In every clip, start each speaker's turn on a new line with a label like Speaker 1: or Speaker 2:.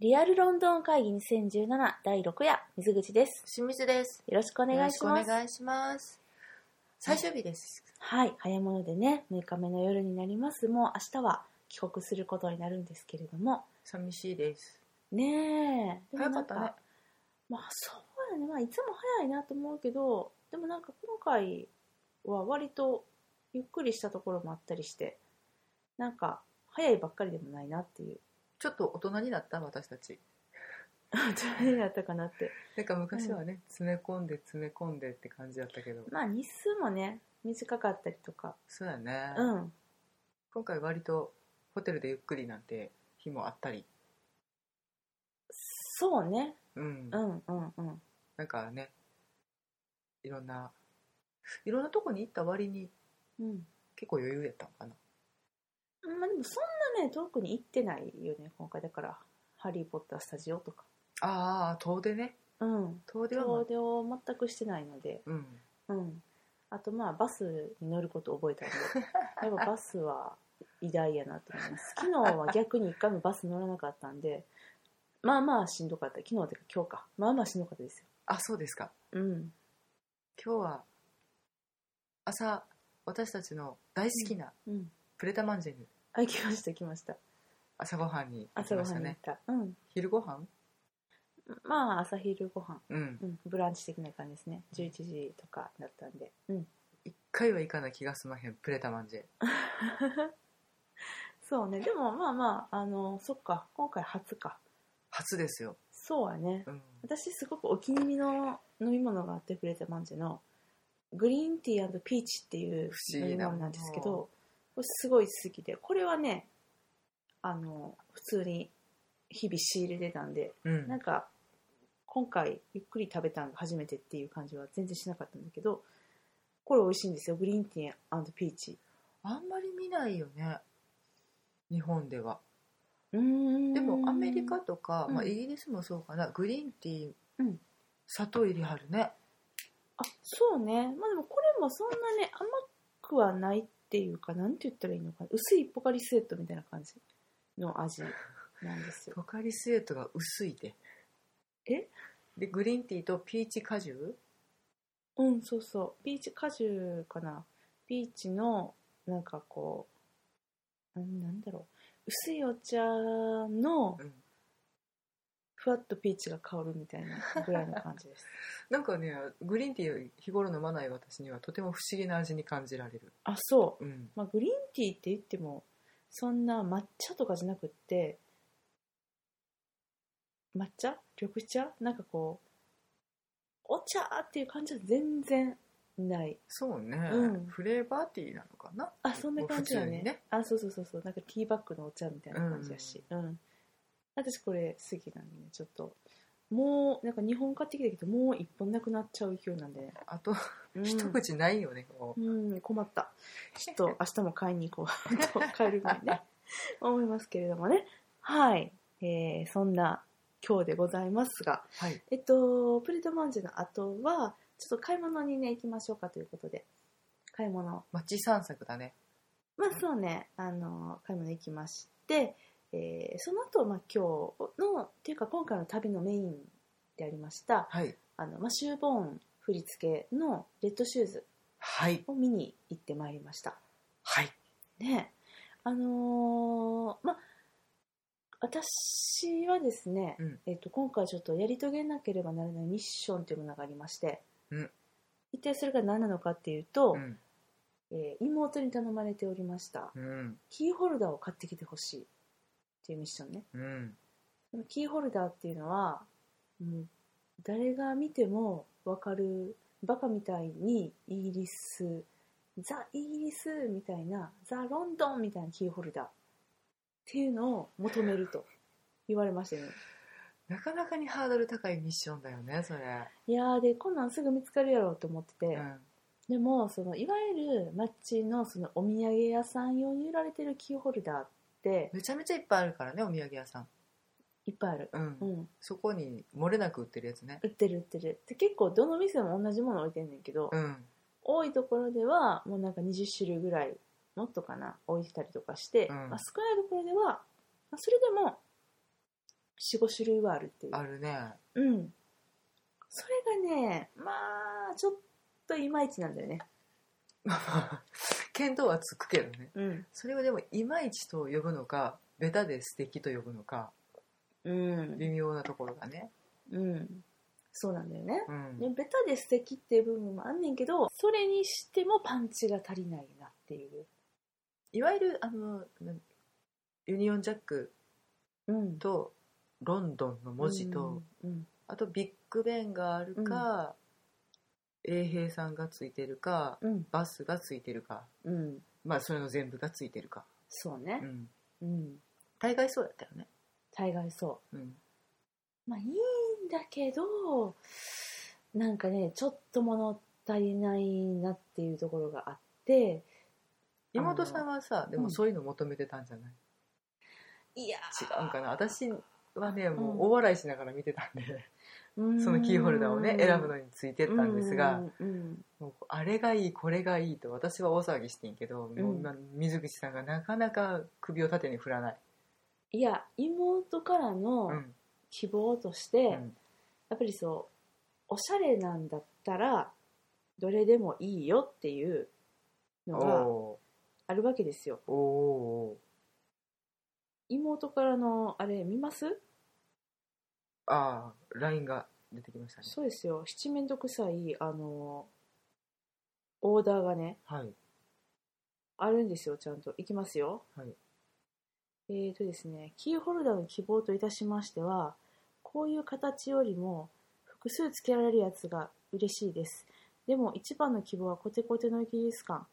Speaker 1: リアルロンドン会議2017第6夜、水口です。
Speaker 2: 清水です。
Speaker 1: よろしくお願いし
Speaker 2: よろ
Speaker 1: ま
Speaker 2: くお
Speaker 1: す。
Speaker 2: 願いします。最終日です。
Speaker 1: はい、早物でね、6日目の夜になります。もう明日は帰国することになるんですけれども、
Speaker 2: 寂しいです。
Speaker 1: ねえ、でも
Speaker 2: 早か
Speaker 1: なん
Speaker 2: ったね。
Speaker 1: まあそうやね、まあいつも早いなと思うけど、でもなんか今回は割とゆっくりしたところもあったりして、なんか早いばっかりでもないなっていう、
Speaker 2: ちょっと大人になった私たち。
Speaker 1: どれだったかなって。
Speaker 2: なんか昔はね、詰め込んで詰め込んでって感じだったけど、
Speaker 1: まあ日数もね、短かったりとか、
Speaker 2: そうやね。
Speaker 1: うん、
Speaker 2: 今回割とホテルでゆっくりなんて日もあったり、
Speaker 1: そうね、
Speaker 2: うん。
Speaker 1: うんうんうん。
Speaker 2: なんかね、いろんな、いろんなとこに行った割に
Speaker 1: うん
Speaker 2: 結構余裕やったのかな。
Speaker 1: まあでもそんなね遠くに行ってないよね今回だから「ハリー・ポッタースタジオ」とか
Speaker 2: ああ、遠出ね。
Speaker 1: うん
Speaker 2: 遠出はも
Speaker 1: 遠
Speaker 2: う、
Speaker 1: 出を全くしてないので
Speaker 2: うん。
Speaker 1: うんあとまあバスに乗ること覚えたのでやっぱバスは偉大やなと思います昨日は逆に1回もバス乗らなかったんでまあまあしんどかった昨日というか今日かまあまあしんどかったですよ
Speaker 2: あ、そうですか。
Speaker 1: うん
Speaker 2: 今日は朝私たちの大好きな
Speaker 1: うん
Speaker 2: プレタマンジェに
Speaker 1: あ来ました来ました
Speaker 2: 朝ごはんに行き
Speaker 1: 朝ご
Speaker 2: まし
Speaker 1: は
Speaker 2: た
Speaker 1: んに行っ
Speaker 2: ね
Speaker 1: た、うん
Speaker 2: 昼ごはん
Speaker 1: まあ朝昼ご飯
Speaker 2: うん
Speaker 1: うんブランチ的な感じですね11時とかだったんでうん
Speaker 2: 一回は行かない気が済まへんプレタマンジェ
Speaker 1: そうね、でもまあまあ、あの、そっか、今回初か。
Speaker 2: 初ですよ、
Speaker 1: そうやね。
Speaker 2: うん、
Speaker 1: 私すごくお気に入りの飲み物があってくれたマンジェの、グリーンティーピーチっていう
Speaker 2: 不
Speaker 1: 飲
Speaker 2: 思議
Speaker 1: み
Speaker 2: な
Speaker 1: 物なんですけど、これすごい好きで、これはね、あの、普通に日々仕入れてたんで、
Speaker 2: うん
Speaker 1: なんか、今回ゆっくり食べたのが初めてっていう感じは全然しなかったんだけど、これ美味しいんですよ。グリーンティーピーチ。
Speaker 2: あんまり見ないよね日本では
Speaker 1: うーん
Speaker 2: でもアメリカとか、
Speaker 1: うん
Speaker 2: まあ、イギリスもそうかなグリーンティー、
Speaker 1: うん
Speaker 2: 砂糖入れはるね
Speaker 1: あそうねまあでもこれもそんなね甘くはないっていうかなんて言ったらいいのかな薄いポカリスエットみたいな感じの味なんですよ
Speaker 2: ポカリスエットが薄いで
Speaker 1: え
Speaker 2: でグリーンティーとピーチ果汁
Speaker 1: うんそうそうピーチ果汁かなピーチのなんかこうなんなんだろう薄いお茶の
Speaker 2: うん
Speaker 1: ふわっとピーチが香るみたいなぐらいの感じ です
Speaker 2: なんかねグリーンティーを日頃飲まない私にはとても不思議な味に感じられる、
Speaker 1: あそう
Speaker 2: うん、
Speaker 1: まあ、グリーンティーって言ってもそんな抹茶とかじゃなくって抹茶緑茶なんかこうお茶っていう感じは全然ない
Speaker 2: そうね、
Speaker 1: うん
Speaker 2: フレーバーティーなのかな
Speaker 1: あそんな感じだ
Speaker 2: 普通
Speaker 1: ね
Speaker 2: にね
Speaker 1: あそうそうそうそうなんかティーバッグのお茶みたいな感じやし、うん私これ好きなんでねちょっともうなんか日本買ってきたけどもう一本なくなっちゃう勢いなんで、ね
Speaker 2: あと、
Speaker 1: うん、
Speaker 2: 一口ないよねこう
Speaker 1: うん、困った。ちょっと明日も買いに行こうと、買えるぐらいね、思いますけれどもね。はい。えー、そんな今日でございますが、
Speaker 2: はい
Speaker 1: えっと、プレートマンジェの後は、ちょっと買い物にね、行きましょうかということで、買い物。
Speaker 2: 街散策だね
Speaker 1: まあそうね、あの、買い物行きまして、えー、その後、まあ今日の、っていうか今回の旅のメインでありました、
Speaker 2: はい
Speaker 1: あの、まあシューボーン振り付けのレッドシューズ
Speaker 2: はい
Speaker 1: を見に行ってまいりました。
Speaker 2: はい
Speaker 1: ねあのーまあ私はですね、
Speaker 2: うん
Speaker 1: えっと今回ちょっとやり遂げなければならないミッションというものがありまして、
Speaker 2: うん
Speaker 1: 一体それが何なのかっていうと、
Speaker 2: うん、
Speaker 1: えー妹に頼まれておりました
Speaker 2: うん
Speaker 1: キーホルダーを買ってきてほしいっていうミッションね
Speaker 2: うん、
Speaker 1: でもキーホルダーっていうのはもう誰が見てもわかるバカみたいにイギリスザ・イギリスみたいなザ・ロンドンみたいなキーホルダーっていうのを求める と言われましたね
Speaker 2: なかなかにハードル高いミッションだよねそれ、
Speaker 1: いやーでこんなんすぐ見つかるやろうと思ってて、
Speaker 2: うん、
Speaker 1: でもそのいわゆる街のそのお土産屋さん用に売られてるキーホルダーって
Speaker 2: めちゃめちゃいっぱいあるからねお土産屋さん、
Speaker 1: いっぱいある、
Speaker 2: うん
Speaker 1: うん、
Speaker 2: そこに漏れなく売ってるやつね
Speaker 1: 売ってる売ってるで結構どの店も同じもの置いてんねんけど、
Speaker 2: うん
Speaker 1: 多いところではもうなんか20種類ぐらいもっとかな置いてたりとかして、
Speaker 2: うん
Speaker 1: まあ、少ないところでは、まあ、それでも45種類はあるっていう
Speaker 2: あるね
Speaker 1: うんそれがねまあちょっといまいちなんだよね
Speaker 2: まあまあ見当はつくけどね
Speaker 1: うん
Speaker 2: それをでもいまいちと呼ぶのかベタで素敵と呼ぶのか
Speaker 1: うん、
Speaker 2: 微妙なところがね
Speaker 1: うん、そうなんだよね
Speaker 2: うん
Speaker 1: ねベタで素敵っていう部分もあんねんけどそれにしてもパンチが足りないなっていう
Speaker 2: いわゆるあのなユニオンジャック
Speaker 1: うん
Speaker 2: とロンドンの文字と、
Speaker 1: うん
Speaker 2: あとビッグベンがあるか、衛兵さんがついてるか
Speaker 1: うん
Speaker 2: バスがついてるか
Speaker 1: うん、うん、
Speaker 2: まあそれの全部がついてるか、
Speaker 1: そう
Speaker 2: う
Speaker 1: ね
Speaker 2: ん、
Speaker 1: うん
Speaker 2: 大概そうだったよね、
Speaker 1: 大概そ
Speaker 2: うん、
Speaker 1: うまあいいんだけどなんかねちょっと物足りないなっていうところがあって
Speaker 2: 妹さんはさでもそういうの求めてたんじゃない、
Speaker 1: いや
Speaker 2: 違うんかな私はねもう
Speaker 1: うん
Speaker 2: 大笑いしながら見てたんで、そ
Speaker 1: そ
Speaker 2: のキーホルダーをね選ぶのについてったんですが、
Speaker 1: うんうん
Speaker 2: もうあれがいいこれがいいと私は大騒ぎしてんけど、もう今水口さんがなかなか首を縦に振らない、
Speaker 1: いや妹からの
Speaker 2: うん
Speaker 1: 希望として、
Speaker 2: うん
Speaker 1: やっぱりそうおしゃれなんだったらどれでもいいよっていうのが
Speaker 2: お
Speaker 1: あるわけですよ
Speaker 2: ーお
Speaker 1: 妹からのあれ見ます
Speaker 2: ーああラインが出てきましたね
Speaker 1: そうですよ七面倒くさいあのオーダーがね
Speaker 2: はい
Speaker 1: あるんですよちゃんといきますよ
Speaker 2: はい
Speaker 1: えーとですねキーホルダーの希望といたしましてはこういう形よりも複数付けられるやつが嬉しいですでも一番の希望はコテコテのイギリス感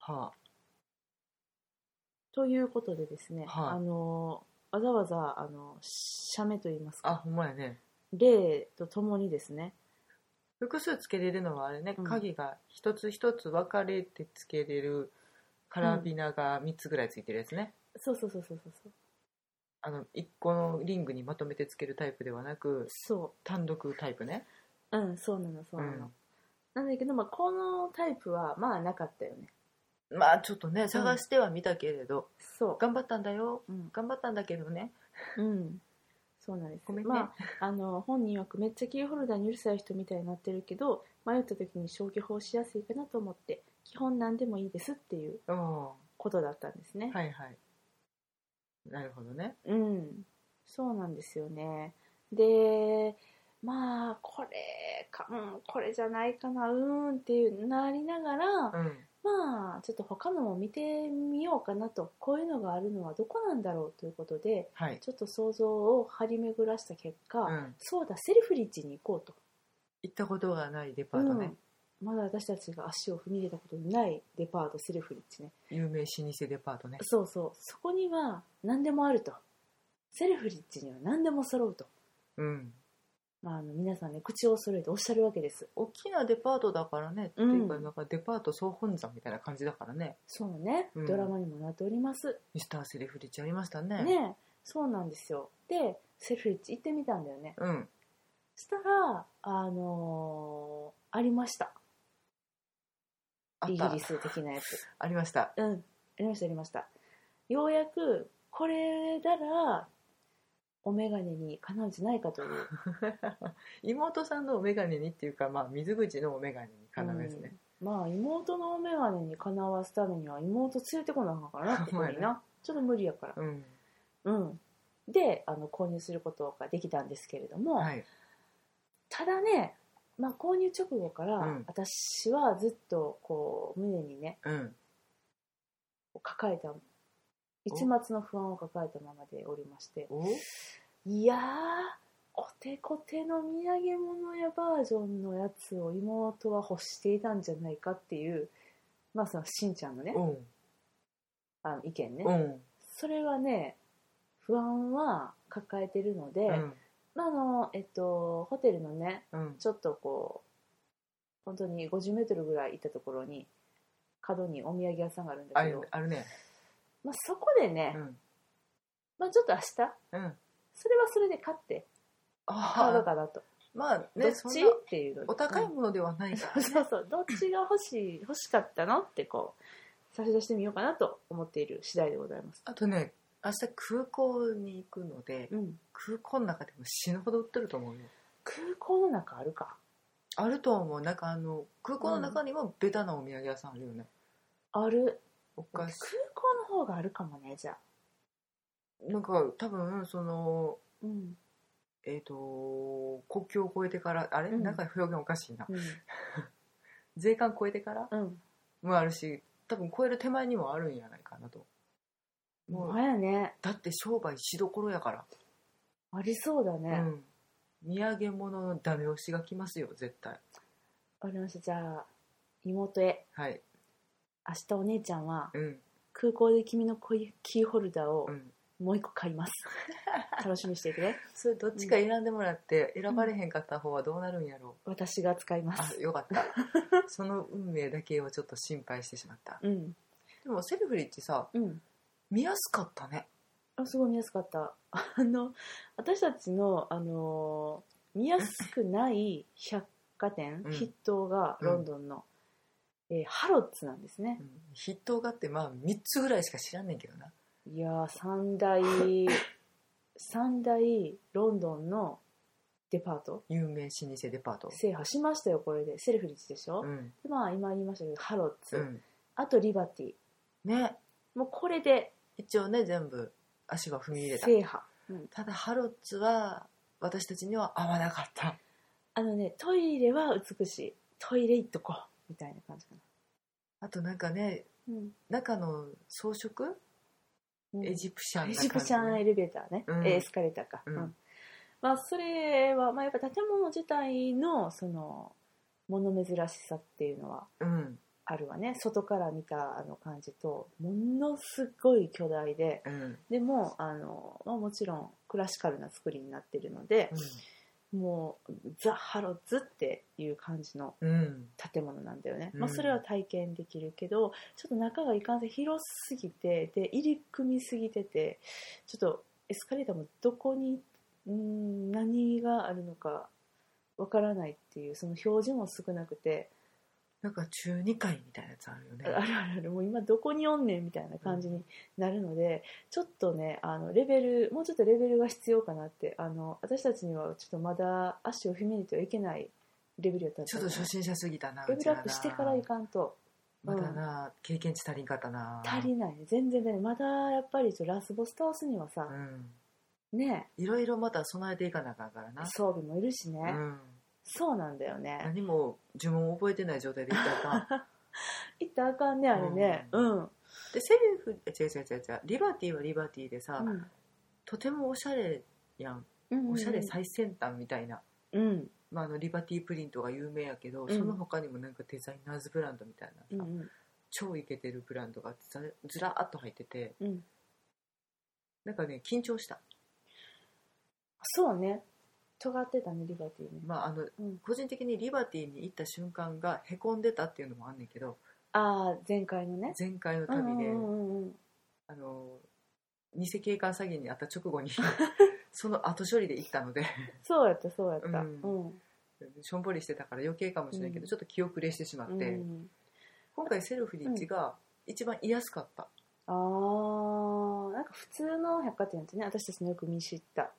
Speaker 2: は
Speaker 1: ということでですね、
Speaker 2: はい
Speaker 1: あのわざわざあの写メといいます
Speaker 2: ああ
Speaker 1: か
Speaker 2: ほんまやね
Speaker 1: 例とともにですね
Speaker 2: 複数つけれるのはあれね、
Speaker 1: うん
Speaker 2: 鍵が一つ一つ分かれてつけれるカラビナが3つぐらいついてるやつね、
Speaker 1: そうそうそうそうそうそう
Speaker 2: あの1個のリングにまとめてつけるタイプではなく
Speaker 1: そ
Speaker 2: 単独タイプね
Speaker 1: ううんそうなのそうなの、
Speaker 2: うん
Speaker 1: なんだけど、まあ、このタイプはまあなかったよね
Speaker 2: まあちょっとね探してはみたけれど、
Speaker 1: そ
Speaker 2: 頑張ったんだよ
Speaker 1: ううん、
Speaker 2: 頑張ったんだけどね
Speaker 1: うん、そうなんです
Speaker 2: ごめんね
Speaker 1: まあ、あの本人曰くめっちゃキーホルダーにうるさい人みたいになってるけど迷った時に消去法しやすいかなと思って基本何でもいいですっていう
Speaker 2: おお
Speaker 1: ことだったんですね、
Speaker 2: ーはいはいなるほどね
Speaker 1: うん、そうなんですよね。で、まあ、これか、うん、これじゃないかな、うーんっていうなりながら、
Speaker 2: うん
Speaker 1: まあ、ちょっと他のも見てみようかなと、こういうのがあるのはどこなんだろうということで、
Speaker 2: はい、
Speaker 1: ちょっと想像を張り巡らした結果、
Speaker 2: うん、
Speaker 1: そうだ、セルフリッジに行こうと。
Speaker 2: 行ったことがないデパートね、
Speaker 1: うんまだ私たちが足を踏み入れたことのないデパート、セルフリッジね。
Speaker 2: 有名老舗デパートね
Speaker 1: そうそう、そこには何でもあると。セルフリッジには何でも揃うと。
Speaker 2: うん
Speaker 1: まあ、あの皆さんね口を揃えておっしゃるわけです
Speaker 2: 大きなデパートだからね、
Speaker 1: うん
Speaker 2: っていうかなんかデパート総本山みたいな感じだからね
Speaker 1: そうね、
Speaker 2: うん
Speaker 1: ドラマにもなっております
Speaker 2: ミスターセルフリッチありましたね
Speaker 1: ねそうなんですよでセルフリッチ行ってみたんだよね
Speaker 2: うん
Speaker 1: したらあのーありました
Speaker 2: あ
Speaker 1: イ
Speaker 2: っ
Speaker 1: ギ
Speaker 2: た
Speaker 1: リス的なやつ
Speaker 2: ありました
Speaker 1: うんありましたありましたようやくこれならお眼鏡にかなうんじゃないか という
Speaker 2: 妹さんのお眼鏡にっていうか、まあ、水口のお眼鏡にかなうですね、
Speaker 1: うんまあ妹のお眼鏡にかなわすためには妹連れてこなあかんからなここに
Speaker 2: ほんまや
Speaker 1: なちょっと無理やから
Speaker 2: うん
Speaker 1: うん、であの購入することができたんですけれども、
Speaker 2: はい
Speaker 1: ただね、まあ、購入直後から、
Speaker 2: うん
Speaker 1: 私はずっとこう胸にね
Speaker 2: うん
Speaker 1: 抱えた一末の不安を抱えたままでおりまして
Speaker 2: お
Speaker 1: いやーコテコテの土産物やバージョンのやつを妹は欲していたんじゃないかっていう、まあ、そのしんちゃんのね
Speaker 2: うん
Speaker 1: あの意見ね、
Speaker 2: うん
Speaker 1: それはね不安は抱えてるので、
Speaker 2: うん
Speaker 1: まああのえっと、ホテルのね
Speaker 2: うん
Speaker 1: ちょっとこう本当に50メートルぐらい行ったところに角にお土産屋さんがあるんだ
Speaker 2: あ
Speaker 1: け
Speaker 2: る
Speaker 1: ど、
Speaker 2: あるね
Speaker 1: まあ、そこでね、
Speaker 2: うん
Speaker 1: まあ、ちょっと明日
Speaker 2: うん
Speaker 1: それはそれで買って買おう
Speaker 2: ああ
Speaker 1: かなと、
Speaker 2: まあ
Speaker 1: どっ
Speaker 2: ねそん
Speaker 1: ち
Speaker 2: な
Speaker 1: っていうので
Speaker 2: お高い
Speaker 1: うん
Speaker 2: ものではないから、ね、
Speaker 1: そうそうどっちが欲しい欲しかったのってこう差し出してみようかなと思っている次第でございます
Speaker 2: あとね明日空港に行くので、
Speaker 1: うん、
Speaker 2: 空港の中でも死ぬほど売ってると思うよ
Speaker 1: 空港の中あるか
Speaker 2: あると思うなんかあの空港の中にもベタなお土産屋さんあるよね、
Speaker 1: ある
Speaker 2: お
Speaker 1: 空
Speaker 2: 菓子
Speaker 1: 港の方があるかもねじゃあ
Speaker 2: なんか多分その
Speaker 1: うん、
Speaker 2: えっ、と国境を越えてからあれ、
Speaker 1: うん
Speaker 2: なんか表現おかしいな
Speaker 1: うん
Speaker 2: 税関越えてから
Speaker 1: うん、
Speaker 2: もあるし多分越える手前にもあるんじゃないかなともう
Speaker 1: まやね
Speaker 2: だって商売しどころやから、
Speaker 1: ありそうだね、
Speaker 2: うん、土産物のダメ押しが来ますよ絶対
Speaker 1: わかりましたじゃあ妹へ
Speaker 2: はい
Speaker 1: 明日お姉ちゃんは
Speaker 2: うん
Speaker 1: 空港で君のこういうキーホルダーを
Speaker 2: うん
Speaker 1: もう一個買い ます、楽しみにしていてね
Speaker 2: それどっちか選んでもらって選ばれへんかった方はどうなるんやろ
Speaker 1: 私が使いうま、す
Speaker 2: あよかった その運命だけをちょっと心配してしまった
Speaker 1: うん
Speaker 2: でもセルフリッチさ
Speaker 1: うん
Speaker 2: 見やすかったね
Speaker 1: あすごい見やすかった あの私たちの、あのー見やすくない百貨店、
Speaker 2: うん
Speaker 1: 筆頭がロンドンの、えーハロッツなんですね
Speaker 2: う、ん筆頭があってまあ3つぐらいしか知らんねんけどない
Speaker 1: やー三 大三大ロンドンのデパート
Speaker 2: 有名老舗デパート
Speaker 1: 制覇しましたよこれでセルフリッチでしょ、
Speaker 2: うん
Speaker 1: でまあ今言いましたけどハロッツ、
Speaker 2: うん
Speaker 1: あとリバティ
Speaker 2: ね
Speaker 1: もうこれで
Speaker 2: 一応ね全部足は踏み入れた
Speaker 1: 制覇、うん
Speaker 2: ただハロッツは私たちには合わなかった
Speaker 1: あのねトイレは美しいトイレ行っとこうみたいな感じか
Speaker 2: あとなんかね
Speaker 1: な、うん
Speaker 2: 中の装飾
Speaker 1: うん
Speaker 2: エジプシャン
Speaker 1: エ
Speaker 2: な感じ
Speaker 1: ジプシャンエレベーターね、
Speaker 2: うん
Speaker 1: エスカレーターか、
Speaker 2: うん
Speaker 1: うんまあ、それは、まあ、やっぱ建物自体のその物珍しさっていうのは
Speaker 2: うん
Speaker 1: あるわね外から見たあの感じとものすごい巨大で
Speaker 2: うん
Speaker 1: でもあの、まあ、もちろんクラシカルな作りになってるので、もうザ・ハロッズっていう感じの
Speaker 2: うんうん
Speaker 1: 建物なんだよね、
Speaker 2: うん
Speaker 1: まあ、それは体験できるけどちょっと中がいかんせん広すぎてで入り組みすぎててちょっとエスカレーターもどこにうん何があるのかわからないっていうその表示も少なくて、
Speaker 2: なんか中2階みたいなやつあるよね
Speaker 1: あるあるあるもう今どこにおんねんみたいな感じになるので、ちょっとねあのレベルもうちょっとレベルが必要かなってあの私たちにはちょっとまだ足を踏み入れてはいけないレベルやったん
Speaker 2: ちょっと初心者すぎたな
Speaker 1: レベルアッ
Speaker 2: う
Speaker 1: プ
Speaker 2: ち
Speaker 1: してからいかんと。
Speaker 2: まだな、経験値足りんかったな
Speaker 1: 足りないね全然足りないまだやっぱりちょラスボス倒すにはさ
Speaker 2: う、ん
Speaker 1: ね
Speaker 2: いろいろまた備えていかなあかんからな
Speaker 1: 装備もいるしね、
Speaker 2: うん、
Speaker 1: そうなんだよね
Speaker 2: 何も呪文を覚えてない状態で行ったらあかん
Speaker 1: いったらあかんねあれねう、
Speaker 2: うん
Speaker 1: うん
Speaker 2: でセルフ違う違う違う違うリバティはリバティでさ、とてもおしゃれやん
Speaker 1: うん
Speaker 2: おしゃれ最先端みたいな、
Speaker 1: うんうん
Speaker 2: まあ、あのリバティプリントが有名やけど、
Speaker 1: うん
Speaker 2: その他にもなんかデザイナーズブランドみたいなさ、
Speaker 1: うん
Speaker 2: 超イケてるブランドがずらずらーっと入ってて
Speaker 1: うん
Speaker 2: なんかね緊張した、
Speaker 1: そうね尖ってたねリバティね、
Speaker 2: まあ、あの
Speaker 1: うん、
Speaker 2: 個人的にリバティに行った瞬間がへこんでたっていうのもあんねんけど
Speaker 1: ああ前回のね
Speaker 2: 前回の
Speaker 1: うん
Speaker 2: 旅で、
Speaker 1: うんうんうん
Speaker 2: あの偽警官詐欺に遭った直 後にその後処理で行ったので
Speaker 1: そうやったそうやったう
Speaker 2: うんん、しょんぼりしてたから余計かもしれないけど、
Speaker 1: うん
Speaker 2: ちょっと気遅れしてしまっ
Speaker 1: うん
Speaker 2: て、今回セルフリッチが一番居やすかった、
Speaker 1: あーなんか普通の百貨店ってね私たちのよく見知った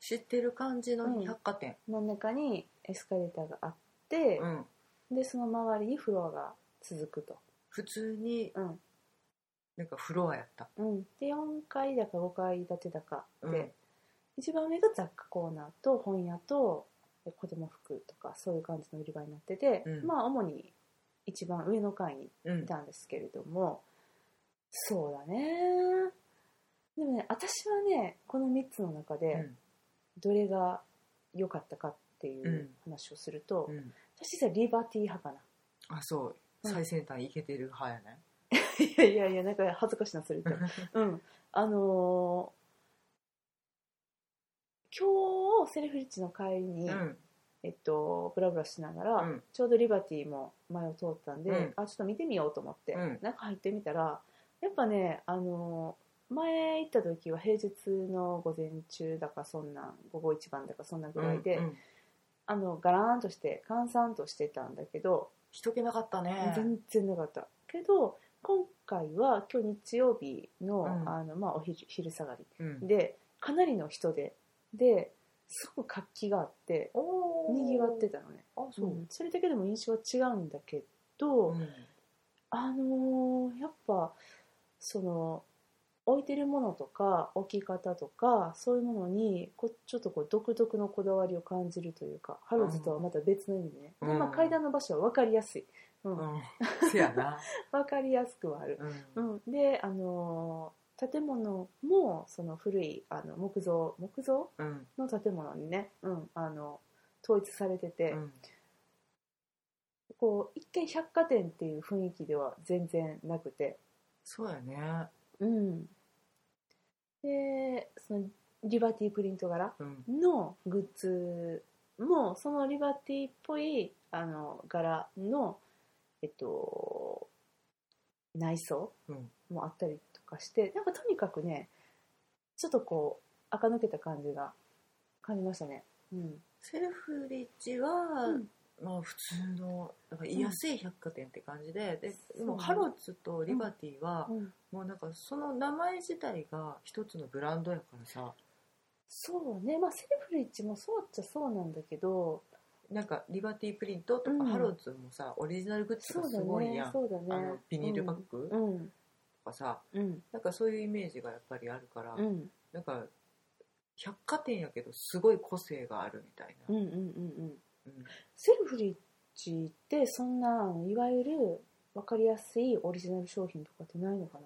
Speaker 2: 知ってる感じ
Speaker 1: う
Speaker 2: の
Speaker 1: ん
Speaker 2: 百貨店、
Speaker 1: 真ん中にエスカレーターがあって、
Speaker 2: うん
Speaker 1: でその周りにフロアが続くと、
Speaker 2: 普通に
Speaker 1: うん
Speaker 2: なんかフロアやった、
Speaker 1: うん、で4階だか5階建てだかで、
Speaker 2: うん
Speaker 1: 一番上が雑貨コーナーと本屋とえ子供服とかそういう感じの売り場になってて、
Speaker 2: うん
Speaker 1: まあ主に一番上の階に
Speaker 2: うん
Speaker 1: いたんですけれども、そうだねでもね私はねこの3つの中
Speaker 2: う
Speaker 1: で
Speaker 2: ん
Speaker 1: どれが良かったかっていう話をすると、
Speaker 2: うん
Speaker 1: 私実はリバティ派かな
Speaker 2: あそう
Speaker 1: うん
Speaker 2: 最先端イケてる派やね、
Speaker 1: いやいやいや、なんか恥ずかしいな、それ言 って。うん。あのー今日、セルフリッチの帰りに、
Speaker 2: うん
Speaker 1: えっと、ブラブラしながら、
Speaker 2: うん
Speaker 1: ちょうどリバティも前を通ったんで、
Speaker 2: うん
Speaker 1: あ、ちょっと見てみようと思って、
Speaker 2: うん
Speaker 1: 中入ってみたら、やっぱね、あのー前行った時は平日の午前中だかそんなん午後一番だかそんなぐらいで、
Speaker 2: うん
Speaker 1: あのガラーンとして閑散としてたんだけど、
Speaker 2: 人気なかったね
Speaker 1: 全然なかったけど今回は今日日曜日の,、
Speaker 2: うん
Speaker 1: あのまあ、お昼昼下がり
Speaker 2: うん、
Speaker 1: でかなりの人でですごく活気があって
Speaker 2: おー
Speaker 1: にぎわってたのね、
Speaker 2: あそう、
Speaker 1: うんそれだけでも印象は違うんだけど、
Speaker 2: うん
Speaker 1: あのーやっぱその置いてるものとか置き方とかそういうものにこちょっとこう独特のこだわりを感じるというかハローズとはまた別の意味でね、でまあ、
Speaker 2: うん
Speaker 1: 階段の場所は分かりやすい、うん
Speaker 2: うん、せや な、
Speaker 1: 分かりやすくはある、
Speaker 2: う
Speaker 1: う
Speaker 2: ん
Speaker 1: ん、で、あのー建物もその古いあの木造木造
Speaker 2: うん
Speaker 1: の建物にね、うん、あの統一されてて、
Speaker 2: うん
Speaker 1: こう一見百貨店っていう雰囲気では全然なくて、
Speaker 2: そうやね、
Speaker 1: うん、でそのリバティプリント柄
Speaker 2: うん、
Speaker 1: のグッズもそのリバティっぽいあの柄の、えっと、内装
Speaker 2: うん
Speaker 1: もあったりとかして、なんかとにかくねちょっとこう垢抜けた感じが感じましたね。うん
Speaker 2: セルフリッジは、
Speaker 1: うん
Speaker 2: まあ普通のだから安い百貨店って感じで、で
Speaker 1: そう
Speaker 2: でもハロッズとリバティは、
Speaker 1: うん
Speaker 2: もうなんかその名前自体が一つのブランドやからさ
Speaker 1: そうね、まあ、セルフリッジもそうっちゃそうなんだけど
Speaker 2: なんかリバティプリントと
Speaker 1: うん
Speaker 2: かハロッズもさ、オリジナルグッズ
Speaker 1: そう
Speaker 2: が
Speaker 1: だ
Speaker 2: すごい
Speaker 1: ね
Speaker 2: やん、
Speaker 1: そうだね
Speaker 2: あのビニールバッグ
Speaker 1: う
Speaker 2: と
Speaker 1: ん
Speaker 2: かさ、
Speaker 1: うん
Speaker 2: なんかそういうイメージがやっぱりあるから、
Speaker 1: うんうん
Speaker 2: なんか百貨店やけどすごい個性があるみたい
Speaker 1: うんう
Speaker 2: な、
Speaker 1: んうん
Speaker 2: うん
Speaker 1: セルフリッジってそんないわゆる分かりやすいオリジナル商品とかってないのかな、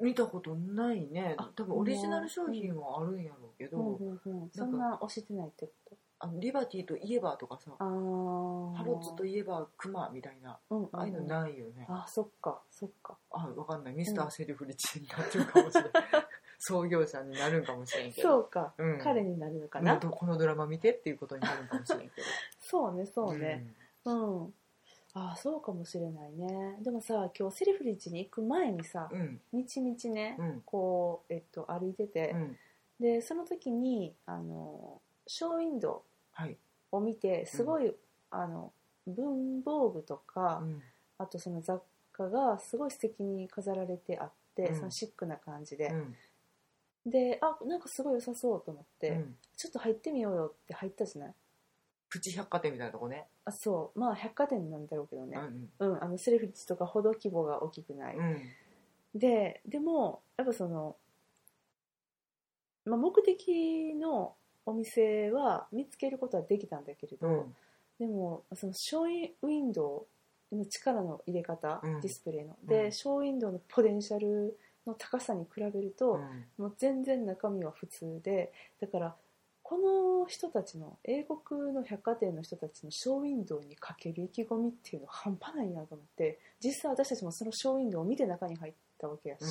Speaker 2: 見たことないね
Speaker 1: あ
Speaker 2: 多分オリジナル商品はあるんやろうけど、
Speaker 1: うんうんうん、そんな押してないってこと
Speaker 2: あのリバティといえばとかさ
Speaker 1: あー
Speaker 2: ハロッズといえばクマみたいな
Speaker 1: うんうんうん
Speaker 2: ああいうのないよね
Speaker 1: あそっかそっか
Speaker 2: あわかんないミスターセルフリッチになってるかもしれない 創業者になるんかもしれんけど
Speaker 1: そうか、
Speaker 2: うん
Speaker 1: 彼になるのかな、
Speaker 2: もっとこのドラマ見てっていうことになるんかもしれんけど
Speaker 1: そうね そうね、うん、ああそうかもしれないねでもさ今日セルフリッジに行く前にさ
Speaker 2: うんうん
Speaker 1: みちみちね、
Speaker 2: うん
Speaker 1: こう、えっと、歩いてて
Speaker 2: う、ん
Speaker 1: でその時にあのショーウィンド
Speaker 2: はい、
Speaker 1: ウを見てすごい、あの文房具とか、
Speaker 2: うん
Speaker 1: あとその雑貨がすごい素敵に飾られてあって、
Speaker 2: うん
Speaker 1: そのシックな感じで
Speaker 2: う、ん
Speaker 1: であなんかすごい良さそうと思って、
Speaker 2: うん
Speaker 1: ちょっと入ってみようよって入ったじゃない
Speaker 2: プチ百貨店みたいなとこね
Speaker 1: あそうまあ百貨店なんだろうけどね、
Speaker 2: うん
Speaker 1: うん、あのセルフリッジとかほど規模が大きくない、
Speaker 2: うんうん
Speaker 1: ででもやっぱその、まあ、目的のお店は見つけることはできたんだけれど、
Speaker 2: うん
Speaker 1: でもそのショーウィンドウの力の入れ方、
Speaker 2: うん
Speaker 1: ディスプレイの
Speaker 2: う
Speaker 1: で
Speaker 2: ん
Speaker 1: ショーウィンドウのポテンシャルの高さに比べると、もう全然中身は普通でだからこの人たちの英国の百貨店の人たちのショーウィンドウにかける意気込みっていうのは半端ないなと思って実際私たちもそのショーウィンドウを見て中に入ったわけやし、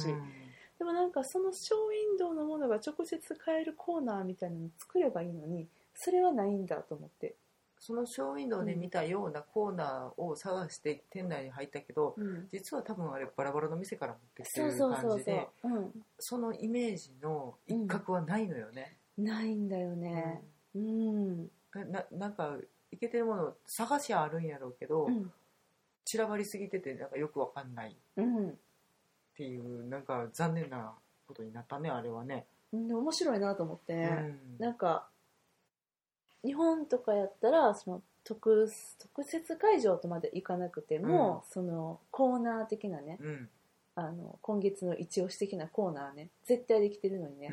Speaker 1: でもなんかそのショーウィンドウのものが直接買えるコーナーみたいなの作ればいいのにそれはないんだと思って、
Speaker 2: そのショーウィンドウで見たようなコーナーを探して店内に入ったけど実は多分あれバラバラの店から持ってきて
Speaker 1: そ
Speaker 2: る
Speaker 1: うそうそ
Speaker 2: 感
Speaker 1: う
Speaker 2: じ
Speaker 1: そ
Speaker 2: で
Speaker 1: う、うん、
Speaker 2: そのイメージの一角はないのよね、
Speaker 1: ないんだよねうん、
Speaker 2: ななんかいけてるもの探しはあるんやろうけど、
Speaker 1: うん
Speaker 2: 散らばりすぎててなんかよくわかんないっ
Speaker 1: うん
Speaker 2: ていうなんか残念なことになったねあれはね、
Speaker 1: で面白いなと思って、
Speaker 2: うん
Speaker 1: なんか日本とかやったらその特特設会場とまで行かなくても、そのコーナー的なね
Speaker 2: うん
Speaker 1: あの今月の一押し的なコーナーね絶対できてるのに
Speaker 2: う
Speaker 1: ね、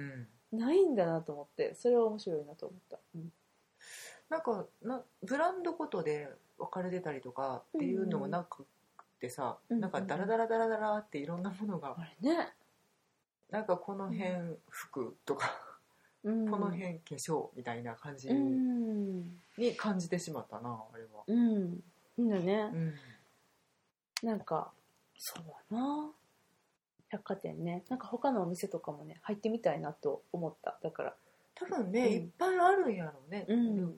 Speaker 2: ん
Speaker 1: ないんだなと思ってそれは面白いなと思った、うん
Speaker 2: なんかなブランドごとで分かれてたりとかっていうのもなくってさ、
Speaker 1: うん
Speaker 2: なんかダラダラダラダラっていろんなものが、
Speaker 1: あれね、
Speaker 2: なんかこの辺服とか、
Speaker 1: うん、
Speaker 2: この辺化粧みたいな感じ
Speaker 1: うん
Speaker 2: に感じてしまったなあれは。
Speaker 1: うんいいんだ
Speaker 2: う
Speaker 1: ね、
Speaker 2: ん
Speaker 1: なんかそうやな百貨店ねなんか他のお店とかもね入ってみたいなと思っただから
Speaker 2: 多分ね、
Speaker 1: うん
Speaker 2: いっぱいあるんやろうね、
Speaker 1: うん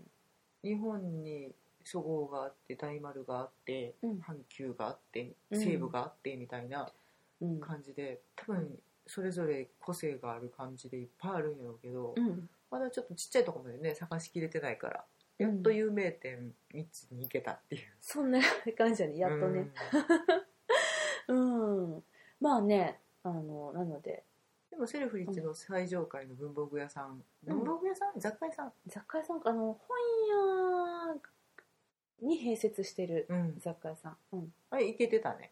Speaker 2: 日本に初号があって大丸があって
Speaker 1: うん
Speaker 2: 阪急があって
Speaker 1: うん
Speaker 2: 西武があってみたいな
Speaker 1: うん
Speaker 2: 感じで、多分それぞれ個性がある感じでいっぱいあるんやろうけど、
Speaker 1: うん
Speaker 2: まだちょっとちっちゃいところまでね探しきれてないからやっと有名店3つに行けたっていう、
Speaker 1: そんな感じやねやっとね、うん。まあね、あの、なので、
Speaker 2: でもセルフリッチの最上階の文房具屋さん、
Speaker 1: うん
Speaker 2: 文房具屋さん雑貨屋さん、
Speaker 1: 雑貨屋さんか、あの、本屋に併設してる
Speaker 2: うん、
Speaker 1: 雑貨屋さん。うん。
Speaker 2: あれ行けてたね、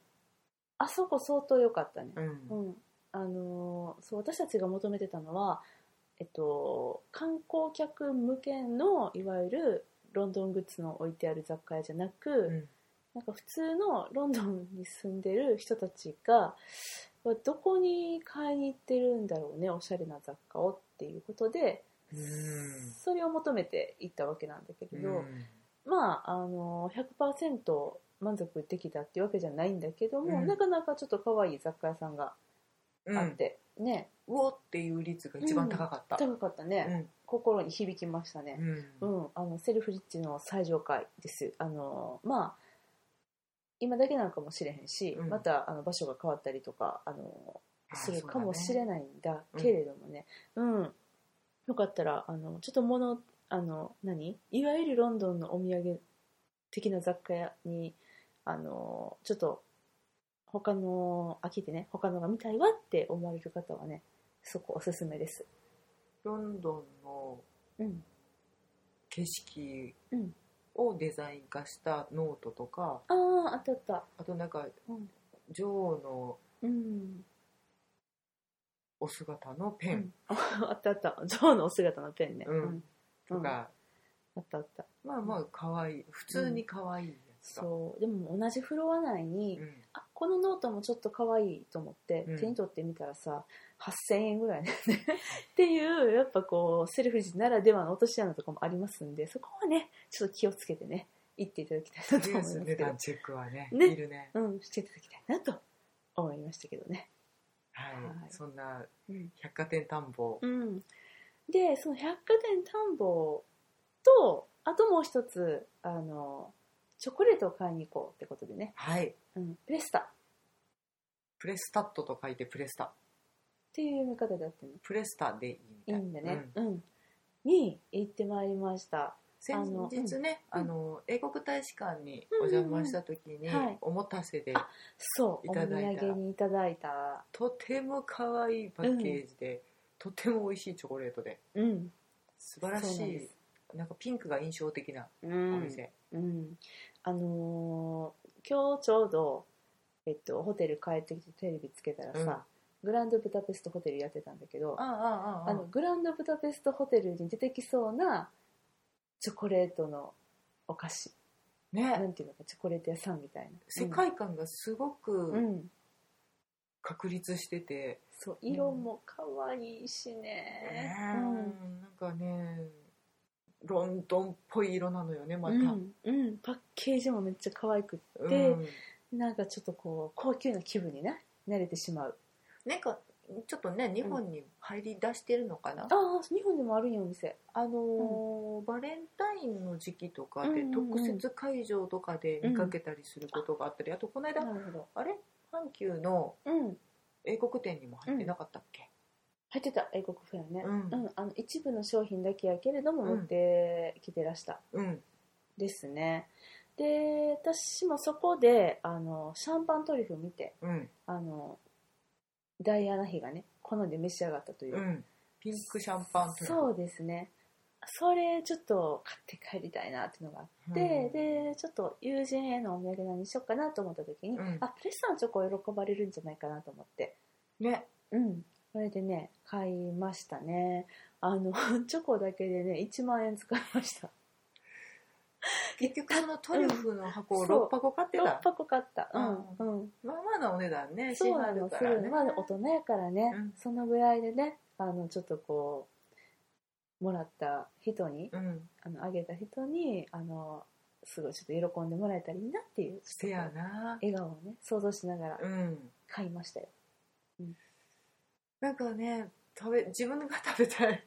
Speaker 1: あそこ相当良かったね。
Speaker 2: うん
Speaker 1: うん、あのーそう私たちが求めてたのは、えっと、観光客向けのいわゆるロンドングッズの置いてある雑貨屋じゃなく、
Speaker 2: うん
Speaker 1: なんか普通のロンドンに住んでる人たちがまあどこに買いに行ってるんだろうねおしゃれな雑貨をっていうことで、
Speaker 2: うん
Speaker 1: それを求めて行ったわけなんだけれど、
Speaker 2: うん
Speaker 1: まあ、あの100%満足できたっていうわけじゃないんだけども、
Speaker 2: うん
Speaker 1: なかなかちょっと可愛い雑貨屋さんが
Speaker 2: うん
Speaker 1: あって、ね
Speaker 2: うおっていう率が一番高かった、
Speaker 1: 高かったね、心に響きましたね、
Speaker 2: うん
Speaker 1: う
Speaker 2: うん
Speaker 1: んあのセルフリッチの最上階ですあのまあ今だけなのかもしれへんし、
Speaker 2: うん
Speaker 1: またあの場所が変わったりとかあのするかもしれ
Speaker 2: い
Speaker 1: ないんだけれどもねうん、よかったらあのちょっと物あの何いわゆるロンドンのお土産的な雑貨屋にあのちょっと他の飽きてね他のが見たいわって思われる方はねそこおすすめです
Speaker 2: ロンドンの
Speaker 1: うん
Speaker 2: 景色
Speaker 1: うん
Speaker 2: をデザイン化したノートとか
Speaker 1: あああったあった
Speaker 2: あとなんか
Speaker 1: うん
Speaker 2: 女王の
Speaker 1: うん、
Speaker 2: お姿のペ
Speaker 1: う
Speaker 2: ン
Speaker 1: ん、あったあったゾウのお姿のペンね、
Speaker 2: うんとか、
Speaker 1: あったあった
Speaker 2: まあまあ可愛い普通に可愛いやつだ、
Speaker 1: そうでも同じフロア内に、
Speaker 2: うん
Speaker 1: あこのノートもちょっと可愛いと思って、
Speaker 2: うん
Speaker 1: 手に取ってみたらさ8000円ぐらいだよね っていうやっぱこうセルフジならではの落とし穴とかもありますんでそこはねちょっと気をつけてね行っていただきたいなと思いますけ
Speaker 2: 値
Speaker 1: ど
Speaker 2: 段、チェックはね
Speaker 1: ね
Speaker 2: いるね、
Speaker 1: うん、していただきたいなと思いましたけどね、
Speaker 2: はい
Speaker 1: はい
Speaker 2: そんな
Speaker 1: うん
Speaker 2: 百貨店探訪、
Speaker 1: うん、でその百貨店探訪とあともう一つあのチョコレートを買いに行こうってことでね、
Speaker 2: はい
Speaker 1: うん、プレスタっ
Speaker 2: プレスタットと書いてプレスタ
Speaker 1: ていう読み方であってね
Speaker 2: プレスタでいいみ
Speaker 1: いい
Speaker 2: たい
Speaker 1: んだね
Speaker 2: う、
Speaker 1: うんに行ってまいりました、あの
Speaker 2: 先日ね
Speaker 1: うん
Speaker 2: あの、英国大使館にお邪魔した時に、
Speaker 1: うんうんうんはい
Speaker 2: おもたせで
Speaker 1: あそうお土
Speaker 2: いただいた
Speaker 1: 産にいただいた
Speaker 2: とても可愛いパッケージで、とても美味しいチョコレートで
Speaker 1: うん
Speaker 2: 素晴ら
Speaker 1: そ
Speaker 2: し
Speaker 1: うなん
Speaker 2: い
Speaker 1: です
Speaker 2: なんかピンクが印象的な
Speaker 1: う
Speaker 2: お
Speaker 1: ん
Speaker 2: 店、
Speaker 1: うんあのー今日ちょうど、えっと、ホテル帰ってきてテレビつけたらさ、グランドブダペストホテルやってたんだけど
Speaker 2: あああああ
Speaker 1: あのグランドブダペストホテルに出てきそうなチョコレートのお菓子な
Speaker 2: ね
Speaker 1: んていうのかチョコレート屋さんみたいな
Speaker 2: 世界観がすご
Speaker 1: うん、
Speaker 2: く
Speaker 1: うん
Speaker 2: 確立してて、
Speaker 1: そう色も可愛いしね、うん
Speaker 2: うんなんかねロンドンっぽい色なのよねまた、
Speaker 1: うんうんパッケージもめっちゃ可愛くっ
Speaker 2: うん
Speaker 1: でなんかちょっとこう高級な気分にな慣れてしまう
Speaker 2: なんかちょっとね日本に入り出してるのかな、
Speaker 1: ああ日本でもあるんやお店
Speaker 2: あのーバレンタインの時期とかで
Speaker 1: うんうんうん
Speaker 2: 特設会場とかで見かけたりすることがあったり、あとこの間、
Speaker 1: なるほど
Speaker 2: あれ阪急の
Speaker 1: うん
Speaker 2: 英国店にも入ってなかったっけ、
Speaker 1: 入ってた英国フェアね
Speaker 2: うん
Speaker 1: あの一部の商品だけやけれども
Speaker 2: うん
Speaker 1: 持ってきてらした、
Speaker 2: うん
Speaker 1: ですねで私もそこであのシャンパントリュフ見て
Speaker 2: うん
Speaker 1: あのダイアナ妃がね好んで召し上がったという、
Speaker 2: うんピンクシャンパン
Speaker 1: そうですねそれちょっと買って帰りたいなっていうのがあって
Speaker 2: う
Speaker 1: ででちょっと友人へのお土産何にしようかなと思った時に、
Speaker 2: うん
Speaker 1: あプレスタのチョコ喜ばれるんじゃないかなと思って
Speaker 2: ね
Speaker 1: うんそれでね買いましたねあの チョコだけでね1万円使いました
Speaker 2: 結局そのトリュフの箱
Speaker 1: う
Speaker 2: を
Speaker 1: ん
Speaker 2: 6箱買ってた、
Speaker 1: 6箱買ったう
Speaker 2: あー
Speaker 1: んうん
Speaker 2: まあまあなお値段ね
Speaker 1: そうなのす
Speaker 2: 市販だから
Speaker 1: る
Speaker 2: ね
Speaker 1: のまだ大人やからね、
Speaker 2: うん
Speaker 1: そのぐらいでねあのちょっとこうもらった人に
Speaker 2: うん
Speaker 1: あのあげた人にあのすごいちょっと喜んでもらえたらいいなっていう
Speaker 2: せやな
Speaker 1: 笑顔をね想像しながら
Speaker 2: うん
Speaker 1: 買いましたよ
Speaker 2: なんかね食べ自分が食べ たい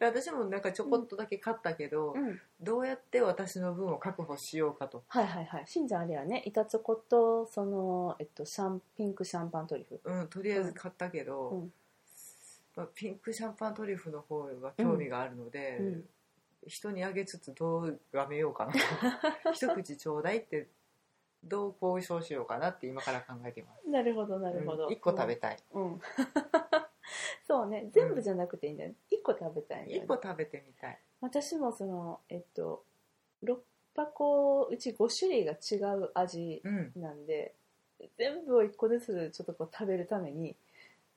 Speaker 2: 私もなんかちょこっとだけ買ったけど、
Speaker 1: うん、
Speaker 2: どうやって私の分を確保しようかと
Speaker 1: はいはいはいしんちゃんあれやね板チョコとその、えっと、シャンピンクシャンパントリュフ
Speaker 2: うん、とりあえず買ったけど、
Speaker 1: うん
Speaker 2: まあ、ピンクシャンパントリュフの方が興味があるので、
Speaker 1: うんうん
Speaker 2: 人にあげつつどうがめようかなと一口ちょうだいってどう後遺症しようかなって今から考えてます。
Speaker 1: なるほどな
Speaker 2: 一
Speaker 1: るほど、
Speaker 2: 1個食べたい。
Speaker 1: うん そうね全部じゃなくていいんだよ、ね1個食べたいんだよ
Speaker 2: 1
Speaker 1: ね
Speaker 2: 個食べてみたい。
Speaker 1: 私もそのえっと6箱うち5種類が違う味
Speaker 2: うん。
Speaker 1: なんで、全部を1個ずつちょっとこう食べるために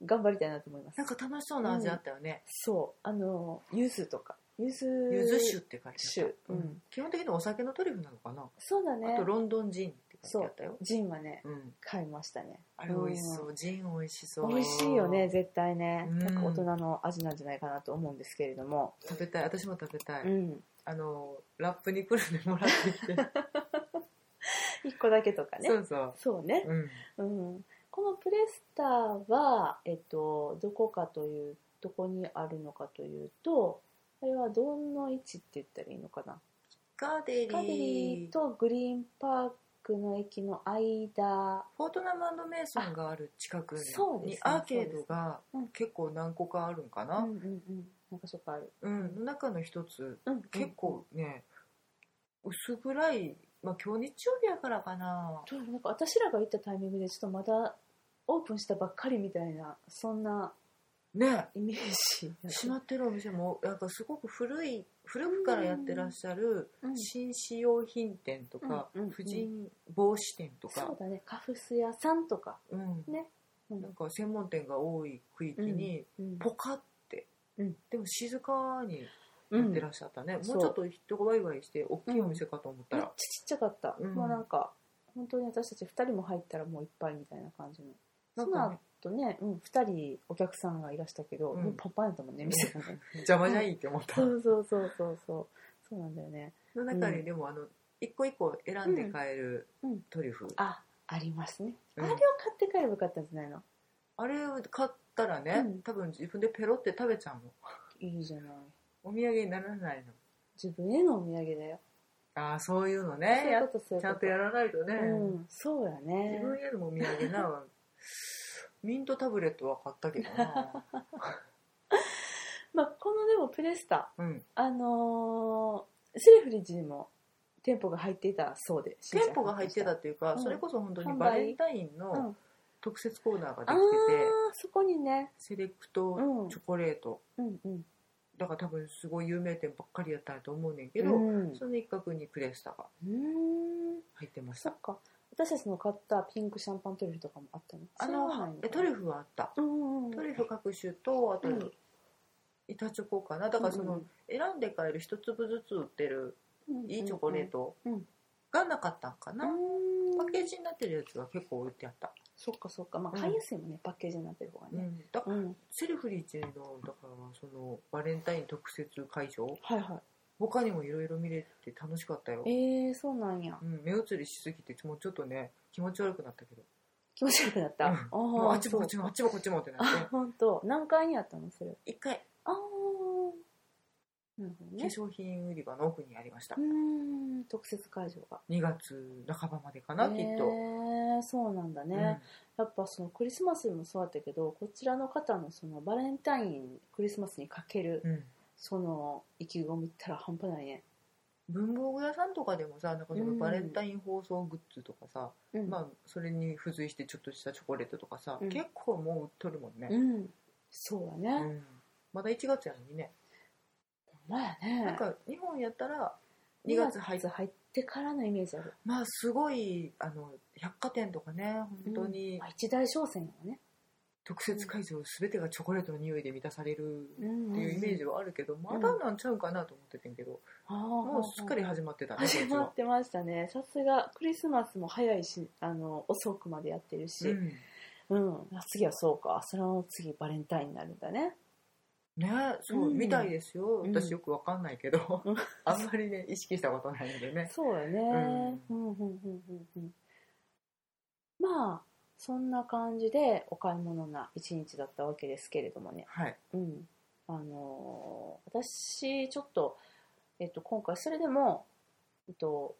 Speaker 1: 頑張りたいなと思います
Speaker 2: なんか楽しそうな味あったよね。
Speaker 1: そうあの柚子とか柚子
Speaker 2: 柚子酒って書いてあっ
Speaker 1: 酒
Speaker 2: た。
Speaker 1: う、
Speaker 2: うんん基本的にお酒のトリュフなのかな。
Speaker 1: そうだ
Speaker 2: あ
Speaker 1: ね
Speaker 2: とロンドンジンって書いてあったよ。
Speaker 1: ジンはね
Speaker 2: うん。
Speaker 1: 買いましたね
Speaker 2: あれ美味しそう。ジン美味しそう。
Speaker 1: 美味しいよね。絶対ね、
Speaker 2: うん
Speaker 1: なんか大人の味なんじゃないかなと思うんですけれども、
Speaker 2: 食べたい。私も食べた
Speaker 1: う
Speaker 2: い。
Speaker 1: ん、
Speaker 2: あのラップにくるんでもらって きて。
Speaker 1: 1個だけとかね
Speaker 2: そうそう。
Speaker 1: そうね、
Speaker 2: うん。
Speaker 1: うん、このプレスターは、えっと、どこかというどこにあるのかというとあれはどの位置って言ったらいいのかな
Speaker 2: ガーデリー
Speaker 1: カデリーとグリーンパークの駅の間
Speaker 2: フォートナムメイソンがある近くに
Speaker 1: あそうですね
Speaker 2: アーケードが
Speaker 1: そうですね
Speaker 2: 結構何個かあるんか
Speaker 1: うん
Speaker 2: な、
Speaker 1: うんうんなんかそこある、
Speaker 2: うんの中の一つ
Speaker 1: うんうん
Speaker 2: 結構ね、薄暗い、まあ、今日日曜日やからかな
Speaker 1: そうなんか私らが行ったタイミングでちょっとまだオープンしたばっかりみたいなそんな
Speaker 2: ね
Speaker 1: イメージ
Speaker 2: 閉まってるお店もなんかすごく古い古くからやってらっしゃる
Speaker 1: うん
Speaker 2: 紳士用品店とか、
Speaker 1: うんうんうん
Speaker 2: 婦人防止店と
Speaker 1: そう
Speaker 2: か、
Speaker 1: だねカフス屋さんとか
Speaker 2: うん
Speaker 1: ねうん
Speaker 2: なんか専門店が多い区域に
Speaker 1: うん
Speaker 2: ポカって、
Speaker 1: うん
Speaker 2: でも静かに。
Speaker 1: う
Speaker 2: やっ
Speaker 1: んめ
Speaker 2: て
Speaker 1: っ
Speaker 2: らっしゃったね、
Speaker 1: そ
Speaker 2: も
Speaker 1: う
Speaker 2: うちょっと人がワイワイして大きいお店かと思った
Speaker 1: ちゃ
Speaker 2: ら、
Speaker 1: ちっちゃかった、
Speaker 2: うん
Speaker 1: もうなんか本当に私たち2人も入ったらもういっぱいみたいな感じの
Speaker 2: なんかね
Speaker 1: その後ね、うん、2人お客さんがいらしたけど、
Speaker 2: うん
Speaker 1: もうパンパンやったもんね店が ね
Speaker 2: 邪魔じゃいいって思った、
Speaker 1: そうそうそうそうそうそうなんだよね
Speaker 2: その中にでもあの一個一個選んで買える
Speaker 1: うんうん
Speaker 2: トリュフ、
Speaker 1: あありますね、
Speaker 2: うん
Speaker 1: あれを買って帰ればよかったんじゃないの
Speaker 2: あれを買ったらね、
Speaker 1: うん
Speaker 2: 多分自分でペロって食べちゃうの
Speaker 1: いいじゃない
Speaker 2: お土産にならないの
Speaker 1: 自分へのお土産だよ
Speaker 2: ああそういうの
Speaker 1: そう
Speaker 2: ね
Speaker 1: いう
Speaker 2: や
Speaker 1: ことそういう
Speaker 2: ちゃんと
Speaker 1: こ
Speaker 2: やらないとね、
Speaker 1: とうんそうやね
Speaker 2: 自分よりもお土産 なミントタブレットは買ったけどな、
Speaker 1: まあこのでもプレスタ
Speaker 2: うん、
Speaker 1: あのーセレフリッジにも店舗が入っていたそうで
Speaker 2: 店舗が入ってたっていうか、
Speaker 1: うん
Speaker 2: それこそ本当に
Speaker 1: 販売
Speaker 2: バレンタイン
Speaker 1: うん
Speaker 2: の特設コーナーがで
Speaker 1: ああ
Speaker 2: きてて、
Speaker 1: そこにね
Speaker 2: セレクト
Speaker 1: うん
Speaker 2: チョコレート、
Speaker 1: うんうん
Speaker 2: だから多分すごい有名店ばっかりやったんやと思うねんけど、
Speaker 1: うん
Speaker 2: その一角にクレスタが
Speaker 1: うん
Speaker 2: 入ってまし
Speaker 1: そっ
Speaker 2: た
Speaker 1: か私たちの買ったピンクシャンパントリュフとかもあったの
Speaker 2: あ
Speaker 1: それはない
Speaker 2: の
Speaker 1: の
Speaker 2: えトリュフはあった、
Speaker 1: うんうんうん
Speaker 2: トリュフ各種とあと、
Speaker 1: うん
Speaker 2: 板チョコかなだからその、選んで買える一粒ずつ売ってるいいチョコレート
Speaker 1: うんうん
Speaker 2: がなかったんか
Speaker 1: う
Speaker 2: な、
Speaker 1: んうんうん
Speaker 2: パッケージになってるやつは結構売ってあった、
Speaker 1: そっかそっかま
Speaker 2: う
Speaker 1: あ
Speaker 2: ん
Speaker 1: 買いやすいもんねパッケージになってる方が
Speaker 2: う
Speaker 1: ね
Speaker 2: んだから
Speaker 1: うん
Speaker 2: セルフリーチェのだからそのバレンタイン特設会場
Speaker 1: はいは
Speaker 2: 他にもいろいろ見れて楽しかったよ
Speaker 1: いえーそうなんや
Speaker 2: うん、目移りしすぎてもうちょっとね気持ち悪くなったけど
Speaker 1: 気持ち悪くなった
Speaker 2: うん
Speaker 1: あー
Speaker 2: もうあっちもこっ
Speaker 1: そ
Speaker 2: ち
Speaker 1: う
Speaker 2: もあっちもこっちもってなっ
Speaker 1: あ
Speaker 2: て
Speaker 1: 本当何階にあったのそれ
Speaker 2: 一回
Speaker 1: ああなるほど
Speaker 2: 化
Speaker 1: ね
Speaker 2: 粧品売り場の奥にありました
Speaker 1: うーん特設会場が
Speaker 2: 2月半ばまでかな、きっ
Speaker 1: へ
Speaker 2: と、
Speaker 1: ーそうなんだね、
Speaker 2: うん
Speaker 1: やっぱそのクリスマスもそうだったけどこちらの方のそのバレンタインクリスマスにかける
Speaker 2: うん
Speaker 1: その意気込みったら半端ないね、
Speaker 2: 文房具屋さんとかでもさなんかその
Speaker 1: うん
Speaker 2: バレンタイン放送グッズとかさ、
Speaker 1: うん
Speaker 2: まあ、それに付随してちょっとしたチョコレートとかさ、
Speaker 1: うん
Speaker 2: 結構もう売っとるもん
Speaker 1: う
Speaker 2: ね、
Speaker 1: んそうだ
Speaker 2: う
Speaker 1: ね、
Speaker 2: んまだ1月やのにね、
Speaker 1: ほんまやね
Speaker 2: なんか日本やったら
Speaker 1: 2
Speaker 2: 2
Speaker 1: 月入
Speaker 2: 月入
Speaker 1: っ
Speaker 2: ってて
Speaker 1: からのイメージある、
Speaker 2: まあすごいあの百貨店とかね本当に
Speaker 1: まあ、一大商戦やね、
Speaker 2: 特設会場全てがチョコレートの匂いで満たされる
Speaker 1: ん
Speaker 2: っていうイメージはあるけど、まだなんちゃうかなと思っててんけど、も
Speaker 1: も
Speaker 2: うすっかり始まってたね、
Speaker 1: 始ま
Speaker 2: こ
Speaker 1: ってましたねさすがクリスマスも早いしあの遅くまでやってる
Speaker 2: っちは
Speaker 1: し、うんあ次はそうかそれの次バレンタインになるんだね
Speaker 2: うん、ねそう、
Speaker 1: うん
Speaker 2: みたいですよ
Speaker 1: うん
Speaker 2: 私よくわかんないけど、
Speaker 1: うん
Speaker 2: あんまりね意識したことないんでね
Speaker 1: そうよね、うんうんうんうんうん、まあそんな感じでお買い物な一日だったわけですけれどもね、
Speaker 2: はい
Speaker 1: うんあのー私ちょっと、えっと、今回それでも、えっと、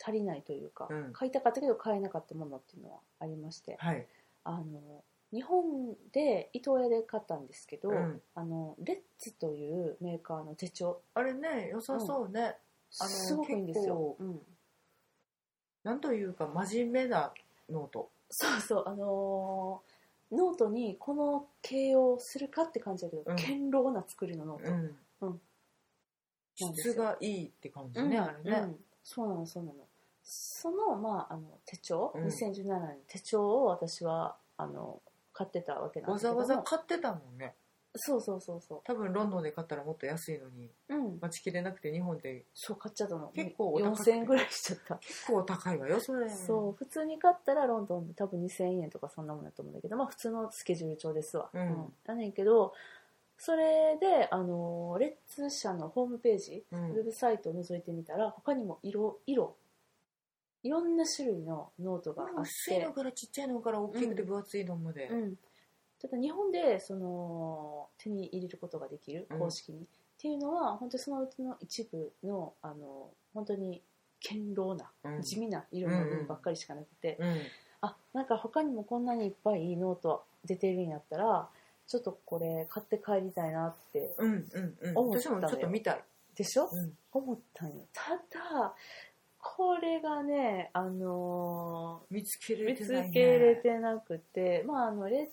Speaker 1: 足りないというか、
Speaker 2: うん
Speaker 1: 買いたかったけど買えなかったものっていうのはありまして、
Speaker 2: はい、
Speaker 1: あの日本で伊東屋で買ったんですけど、
Speaker 2: うん
Speaker 1: あのレッツというメーカーの手帳
Speaker 2: あれね良さそうね、あの
Speaker 1: すごくいいんですよ。うん
Speaker 2: なんというか真面目なノート
Speaker 1: そうそうあのーノートにこの形容するかって感じだけど、
Speaker 2: うん
Speaker 1: 堅牢な作りのノート、
Speaker 2: ん、
Speaker 1: うん
Speaker 2: 質がいいって感じね、あれ
Speaker 1: う
Speaker 2: ね、
Speaker 1: んそうなのそうなのその,、まあ、あの手帳、
Speaker 2: うん
Speaker 1: 2017年の手帳を私はあの買ってたわけなん
Speaker 2: わ
Speaker 1: ですけ
Speaker 2: ざ
Speaker 1: ども
Speaker 2: わざ買ってたもんね
Speaker 1: そうそうそうそ
Speaker 2: 多分ロンドンで買ったらもっと安いのに
Speaker 1: ううん
Speaker 2: 待ちきれなくて日本で
Speaker 1: そう買っちゃったの
Speaker 2: 結構お高く
Speaker 1: 4000
Speaker 2: て
Speaker 1: 円ぐらいしちゃった
Speaker 2: 結構高いわよそれ
Speaker 1: そう普通に買ったらロンドンで多分2000円とかそんなもんだと思うんだけど、まあ、普通のスケジュール帳ですわ、
Speaker 2: うん
Speaker 1: だねんけどそれであのレッツ社のホームページ
Speaker 2: う
Speaker 1: ウ
Speaker 2: ん
Speaker 1: ェブサイトを覗いてみたら他にも色色いろんな種類のノートがあっ
Speaker 2: 薄い
Speaker 1: て
Speaker 2: の、からちっちゃいのから大きくて分厚いのまで、
Speaker 1: うんただ日本でその手に入れることができる
Speaker 2: うん
Speaker 1: 公式に、っていうのは本当にそのうちの一部のあの本当に堅牢な
Speaker 2: うん
Speaker 1: 地味な色の分ばっかりしかなくて、
Speaker 2: うん
Speaker 1: あなんか他にもこんなにいっぱいノート出てるんやったらちょっとこれ買って帰りたいなって
Speaker 2: うんうんうん
Speaker 1: 思ったのよ
Speaker 2: 私もちょっと見たい、
Speaker 1: でしょ
Speaker 2: うん
Speaker 1: 思ったんよただこれがねあの
Speaker 2: 見つけ
Speaker 1: ー
Speaker 2: れ
Speaker 1: 見
Speaker 2: て
Speaker 1: つ
Speaker 2: ない、ね、
Speaker 1: けれてなくてまああのレッ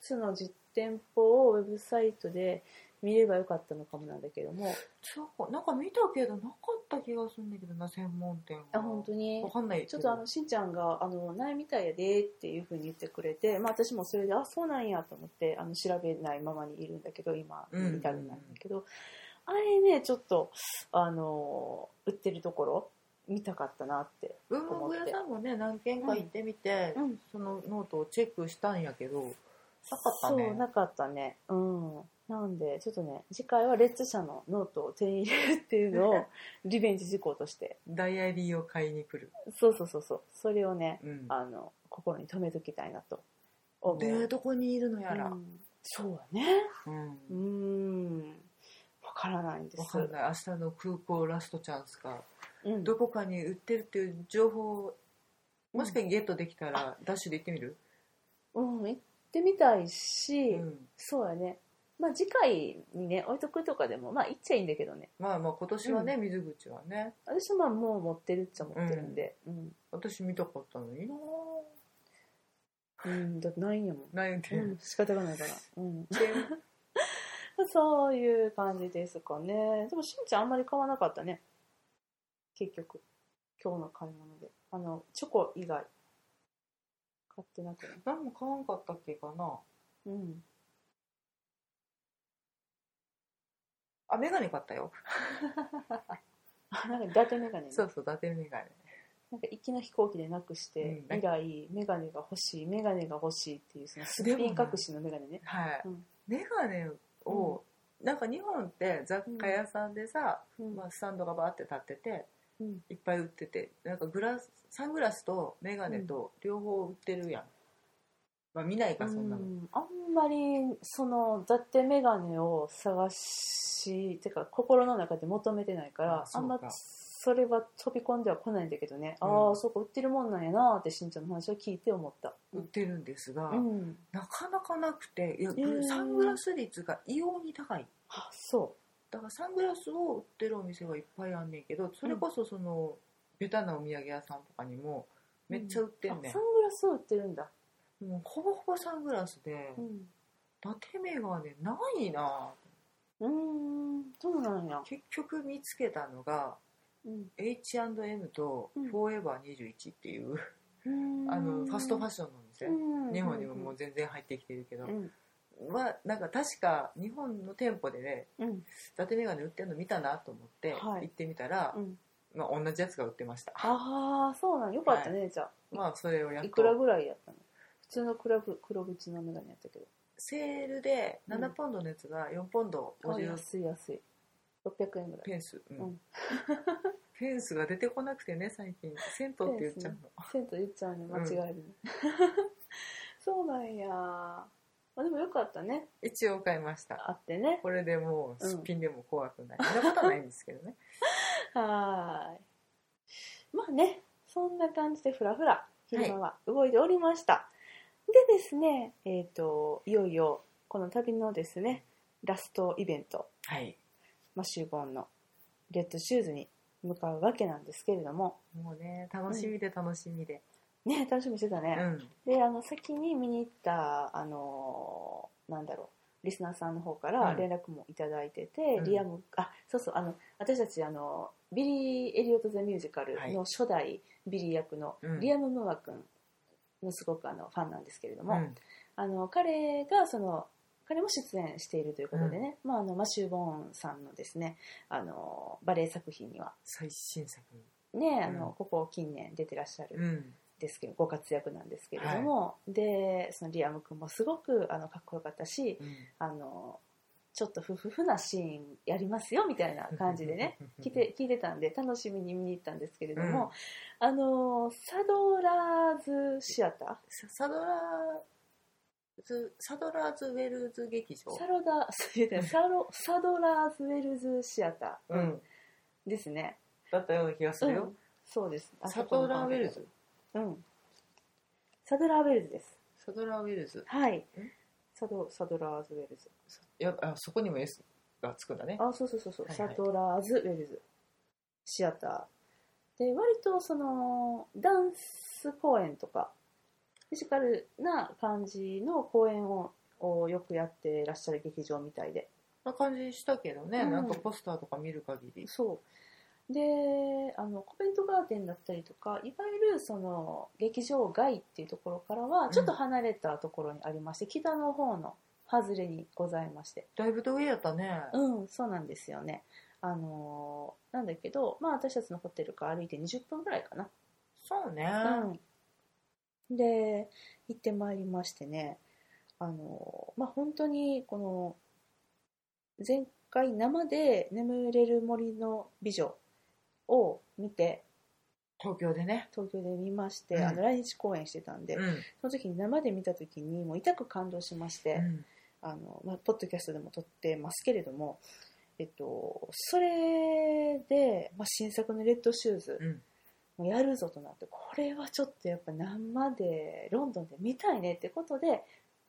Speaker 1: ツの実店舗をウェブサイトで見ればよかったのかもなんだけども
Speaker 2: そうなんか見たけどなかった気がするんだけどな専門店は
Speaker 1: あ本当に
Speaker 2: わかんないけど
Speaker 1: ちょっとあのしんちゃんが「あのないみたいやで」っていうふうに言ってくれて、まあ、私もそれで「あそうなんや」と思ってあの調べないままにいるんだけど今
Speaker 2: うんうんうん
Speaker 1: 見たんだけど、あれねちょっとあの売ってるところ見たかったなって
Speaker 2: 文房具屋さんもね何軒か行ってみて、
Speaker 1: うんうん
Speaker 2: そのノートをチェックしたんやけどなかったね
Speaker 1: そうなかったねうんなんでちょっとね次回はレッツ社のノートを手に入れるっていうの をリベンジ事項として
Speaker 2: ダイアリーを買いに来る、
Speaker 1: そうそうそうそうそれをね
Speaker 2: うん、
Speaker 1: あの心に留めときたいなと思う
Speaker 2: でどこにいるのやら
Speaker 1: う、んそうやね
Speaker 2: うん
Speaker 1: うーん、わからないんです。
Speaker 2: わかんない明日の空港ラストチャンスか
Speaker 1: うん、
Speaker 2: どこかに売ってるっていう情報をもしかにゲットできたらダッシュで行ってみる、
Speaker 1: うん、行ってみたいし、
Speaker 2: うん
Speaker 1: そうやね。まあ次回にね、置いとくとかでも、まあ行っちゃいいんだけどね。
Speaker 2: まあまあ今年はね、水口はね
Speaker 1: 私はまあもう持ってるっちゃ持ってるんで。うん。
Speaker 2: 私見たかったのにな
Speaker 1: うん、だってないんやもん。
Speaker 2: 悩んで
Speaker 1: う
Speaker 2: る
Speaker 1: ん、仕方がない から。うん。
Speaker 2: で
Speaker 1: そういう感じですかね。でもしんちゃんあんまり買わなかったね。結局。今日の買い物で。あの、チョコ以外。買ってなくね。
Speaker 2: 何も買わんかったっけかな
Speaker 1: うん。
Speaker 2: あメガネ買ったよ
Speaker 1: あなんか伊達メガネね。
Speaker 2: そうそう伊達メガネ
Speaker 1: なんか行きの飛行機でなくして、
Speaker 2: うん
Speaker 1: 以来メガネが欲しいメガネが欲しいっていうそのすっぴん隠しのメガネね
Speaker 2: はい、
Speaker 1: うん
Speaker 2: メガネを、なんか日本って雑貨屋さんでさ、
Speaker 1: うん
Speaker 2: まあ、スタンドがバーって立ってて
Speaker 1: うん
Speaker 2: いっぱい売っててなんかグラスサングラスとメガネと両方売ってるやん、まあ見ないかそんなの、
Speaker 1: うんあんまりそのだってメガネを探してか心の中で求めてないから
Speaker 2: あそ
Speaker 1: あ
Speaker 2: うんか
Speaker 1: まそれは飛び込んでは来ないんだけどね、
Speaker 2: うん
Speaker 1: ああそうか売ってるもんなんやなってしんちゃんの話を聞いて思った
Speaker 2: 売ってるんですが、
Speaker 1: うん
Speaker 2: なかなかなくていや、
Speaker 1: ー
Speaker 2: サングラス率が異様に高い
Speaker 1: あそ
Speaker 2: だからサングラスを売ってるお店がいっぱいあんねんけどそれこそその、ベタなお土産屋さんとかにもめっちゃ売っ
Speaker 1: う
Speaker 2: て
Speaker 1: あ
Speaker 2: んねん
Speaker 1: サ、ングラスを売ってるんだ、
Speaker 2: もうほぼほぼサングラスで、
Speaker 1: うん
Speaker 2: 伊達メガネないな
Speaker 1: うーんそうなんや、
Speaker 2: 結局見つけたのが
Speaker 1: うん、
Speaker 2: H&M と
Speaker 1: うん
Speaker 2: フォーエバー21っていう、あ
Speaker 1: う
Speaker 2: の
Speaker 1: ん
Speaker 2: ファストファッションの店、
Speaker 1: うん
Speaker 2: 日本にももう全然入ってきてるけど、
Speaker 1: うん
Speaker 2: はなんか確か日本の店舗でね
Speaker 1: うん
Speaker 2: 伊達メガネ売ってるの見たなと思って
Speaker 1: はい
Speaker 2: 行ってみたら、
Speaker 1: うん
Speaker 2: まあ、同じやつが売ってました
Speaker 1: ああそうなんよかったね、じゃ
Speaker 2: まあそれをや
Speaker 1: あ
Speaker 2: っ
Speaker 1: い
Speaker 2: と
Speaker 1: くらぐらいやったの普通のクラブ黒縁のメガネやったけど
Speaker 2: セールで
Speaker 1: う
Speaker 2: 7
Speaker 1: ん
Speaker 2: ポンドのやつが4ポンド
Speaker 1: あ
Speaker 2: 50
Speaker 1: 安い安い600円ぐらい
Speaker 2: ペンス、うん
Speaker 1: うん
Speaker 2: ペンスが出てこなくてね最近銭湯って言っちゃうの
Speaker 1: 銭湯言っちゃうね間違えるね、 そうなんやあでもよかったね
Speaker 2: 一応買いました
Speaker 1: あってね
Speaker 2: これでもうすっぴんでも怖くない、そんなことはないんですけど ね
Speaker 1: はーいまあねそんな感じでふらふら昼間は動いておりました、でですねえっ、といよいよこの旅のですねラストイベント
Speaker 2: はい
Speaker 1: マシューボーンのレッドシューズに向かうわけなんですけれども
Speaker 2: もうね楽しみで楽しみで、
Speaker 1: ね楽しみにしてた
Speaker 2: う
Speaker 1: ね、
Speaker 2: ん
Speaker 1: であの先に見に行ったあのなんだろうリスナーさんの方から
Speaker 2: うん
Speaker 1: 連絡もいただいてて、
Speaker 2: うん
Speaker 1: リアムあそうそうあの私たちあのビリー・エリオット・ザ・ミュージカルの初代ビリー役の
Speaker 2: うん
Speaker 1: リアム・ムーア君のすごくあのファンなんですけれど
Speaker 2: う
Speaker 1: も、
Speaker 2: ん
Speaker 1: あの彼がその彼も出演しているということでね、まあ、あのマシュー・ボーンさんのですねあのバレエ作品には、
Speaker 2: 最新作、
Speaker 1: ねあの
Speaker 2: うん
Speaker 1: ここ近年出てらっしゃる
Speaker 2: うん、
Speaker 1: ですけどご活躍なんですけれども、でそのリアム君もすごくあのかっこよかったしあのちょっとふふふなシーンやりますよみたいな感じでね聞いて聞いてたんで楽しみに見に行ったんですけれども、あのサドラーズシアタ
Speaker 2: ササドラーズサドラーズウェルズ劇場
Speaker 1: ーサロダそう だよサロサドラーズウェルズシアター、
Speaker 2: うん
Speaker 1: ですね、
Speaker 2: だったような気がする
Speaker 1: う
Speaker 2: よ
Speaker 1: ん、そうですあ
Speaker 2: サドラーウェルズ
Speaker 1: うんサドラーウェルズです
Speaker 2: サドラーウェルズ
Speaker 1: はい
Speaker 2: え
Speaker 1: サドサドラーズウェルズ
Speaker 2: いやあそこにも S がつくんだね
Speaker 1: あそうそうそうそう、
Speaker 2: はいはい
Speaker 1: サトラーズ・ウェルズシアターで割とそのダンス公演とかフィジカルな感じの公演ををよくやってらっしゃる劇場みたいで
Speaker 2: な感じしたけどね、
Speaker 1: うん
Speaker 2: なんかポスターとか見る限り
Speaker 1: そうであのコメントガーデンだったりとかいわゆるその劇場外っていうところからはちょっと離れたところにありまして、北の方の外れにございまして
Speaker 2: だいぶ遠いやったね、
Speaker 1: うん、そうなんですよね。あのーなんだけど、まあ、私たちのホテルから歩いて20分ぐらいかな。
Speaker 2: そうね、
Speaker 1: うん、で行ってまいりましてね、あのーまあ、本当にこの前回生で「眠れる森の美女」を見て
Speaker 2: 東京でね
Speaker 1: 東京で見まして、
Speaker 2: うん
Speaker 1: あの来日公演してたんで、
Speaker 2: うん、
Speaker 1: その時に生で見た時にもう痛く感動しまして。あの、まあ、ポッドキャストでも撮ってますけれども、えっと、それで、まあ、新作の「レッドシューズ
Speaker 2: うん」
Speaker 1: もやるぞとなってこれはちょっとやっぱ生でロンドンで見たいねってことで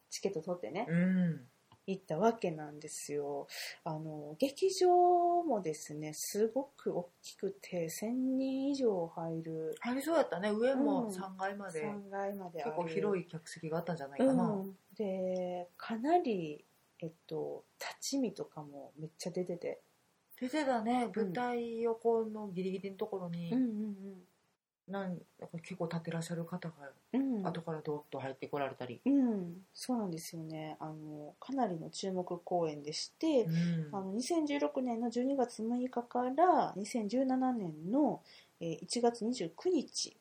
Speaker 1: チケット取ってね
Speaker 2: うん
Speaker 1: 行ったわけなんですよあの劇場もですねすごく大きくて1000人以上入る
Speaker 2: 入りそうやったね上
Speaker 1: う
Speaker 2: も
Speaker 1: ん
Speaker 2: 3階まで、
Speaker 1: 3階まである
Speaker 2: 結構広い客席があったんじゃないかな、
Speaker 1: うん、でかなり、えっと、立ち見とかもめっちゃ出てて。
Speaker 2: 出てたね舞台横のギリギリのところに、なん結構立ってらっしゃる方が
Speaker 1: うんうん
Speaker 2: 後からドーッと入ってこられたり、
Speaker 1: うん、そうなんですよねあのかなりの注目公演でして、
Speaker 2: うん
Speaker 1: あの2016年の12月6日から2017年のえー1月29日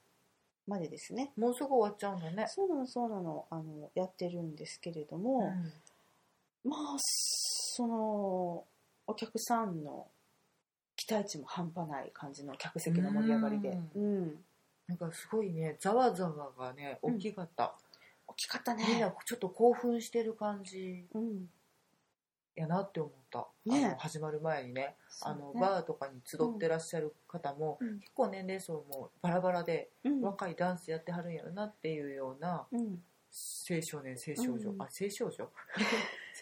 Speaker 1: までですね
Speaker 2: もうすぐ終わっちゃうんだね、
Speaker 1: そうなのそうなのあのやってるんですけれども、まあそのお客さんの期待値も半端ない感じの客席の盛り上がりで、う
Speaker 2: うんなんかすごいねざわざわがね大きかった、
Speaker 1: 大きかった
Speaker 2: みん
Speaker 1: ね
Speaker 2: な、ちょっと興奮してる感じ
Speaker 1: うん、
Speaker 2: やなって思った、
Speaker 1: ね
Speaker 2: あの始まる前にねあの
Speaker 1: そうね
Speaker 2: バーとかに集ってらっしゃる方も、
Speaker 1: うん
Speaker 2: 結構年齢層もバラバラで、
Speaker 1: うん
Speaker 2: 若いダンスやってはるんやろなっていうような
Speaker 1: うん
Speaker 2: 青少年青少女、
Speaker 1: うん
Speaker 2: あ青少女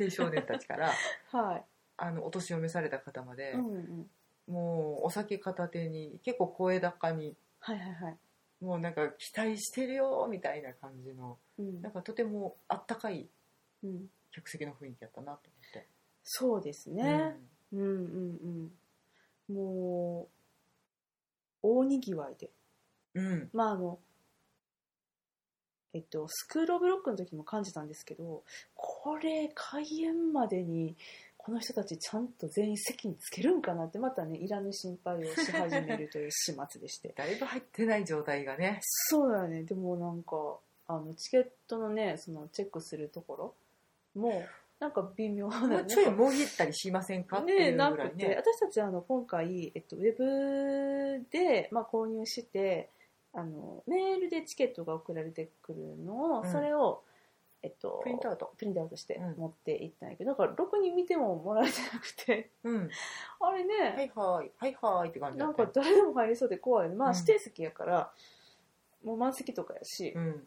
Speaker 2: 青少年たちから
Speaker 1: は
Speaker 2: あのお年を召された方ま
Speaker 1: い、
Speaker 2: で、
Speaker 1: うんうん、
Speaker 2: もうお酒片手に結構声高に
Speaker 1: はいはいはい、
Speaker 2: もうなんか期待してるよみたいな感じの
Speaker 1: うん
Speaker 2: なんかとてもあったかい
Speaker 1: うん、
Speaker 2: 客席の雰囲気やったなと思って。
Speaker 1: そうですね、うん、うんうんもう大にぎわいで
Speaker 2: うん、うん
Speaker 1: まああのえっとスクール・オブ・ロックの時も感じたんですけどこれ開演までにこの人たちちゃんと全員席につけるんかなってまたねいらぬ心配をし始めるという始末でして
Speaker 2: だいぶ入ってない状態がね
Speaker 1: そうだよねでもなんかあのチケットのねそのチェックするところもなんか微妙な、ね、
Speaker 2: もうちょいもぎったりしませんかっていうぐら
Speaker 1: ないく
Speaker 2: ね
Speaker 1: て私たちあの今回、えっと、ウェブで、まあ、購入してあのメールでチケットが送られてくるのを、
Speaker 2: うん
Speaker 1: それを、えっと、
Speaker 2: プリントアウト
Speaker 1: プリントアウトして
Speaker 2: うん
Speaker 1: 持っていったんやけど、だからろくに見てももらえてなくて
Speaker 2: うん
Speaker 1: あれね、
Speaker 2: はいはいはいはいって感じだ
Speaker 1: なん
Speaker 2: った
Speaker 1: か誰でも入りそうで怖いねまあ
Speaker 2: うん
Speaker 1: 指定席やから、もう満席とかやし
Speaker 2: う、ん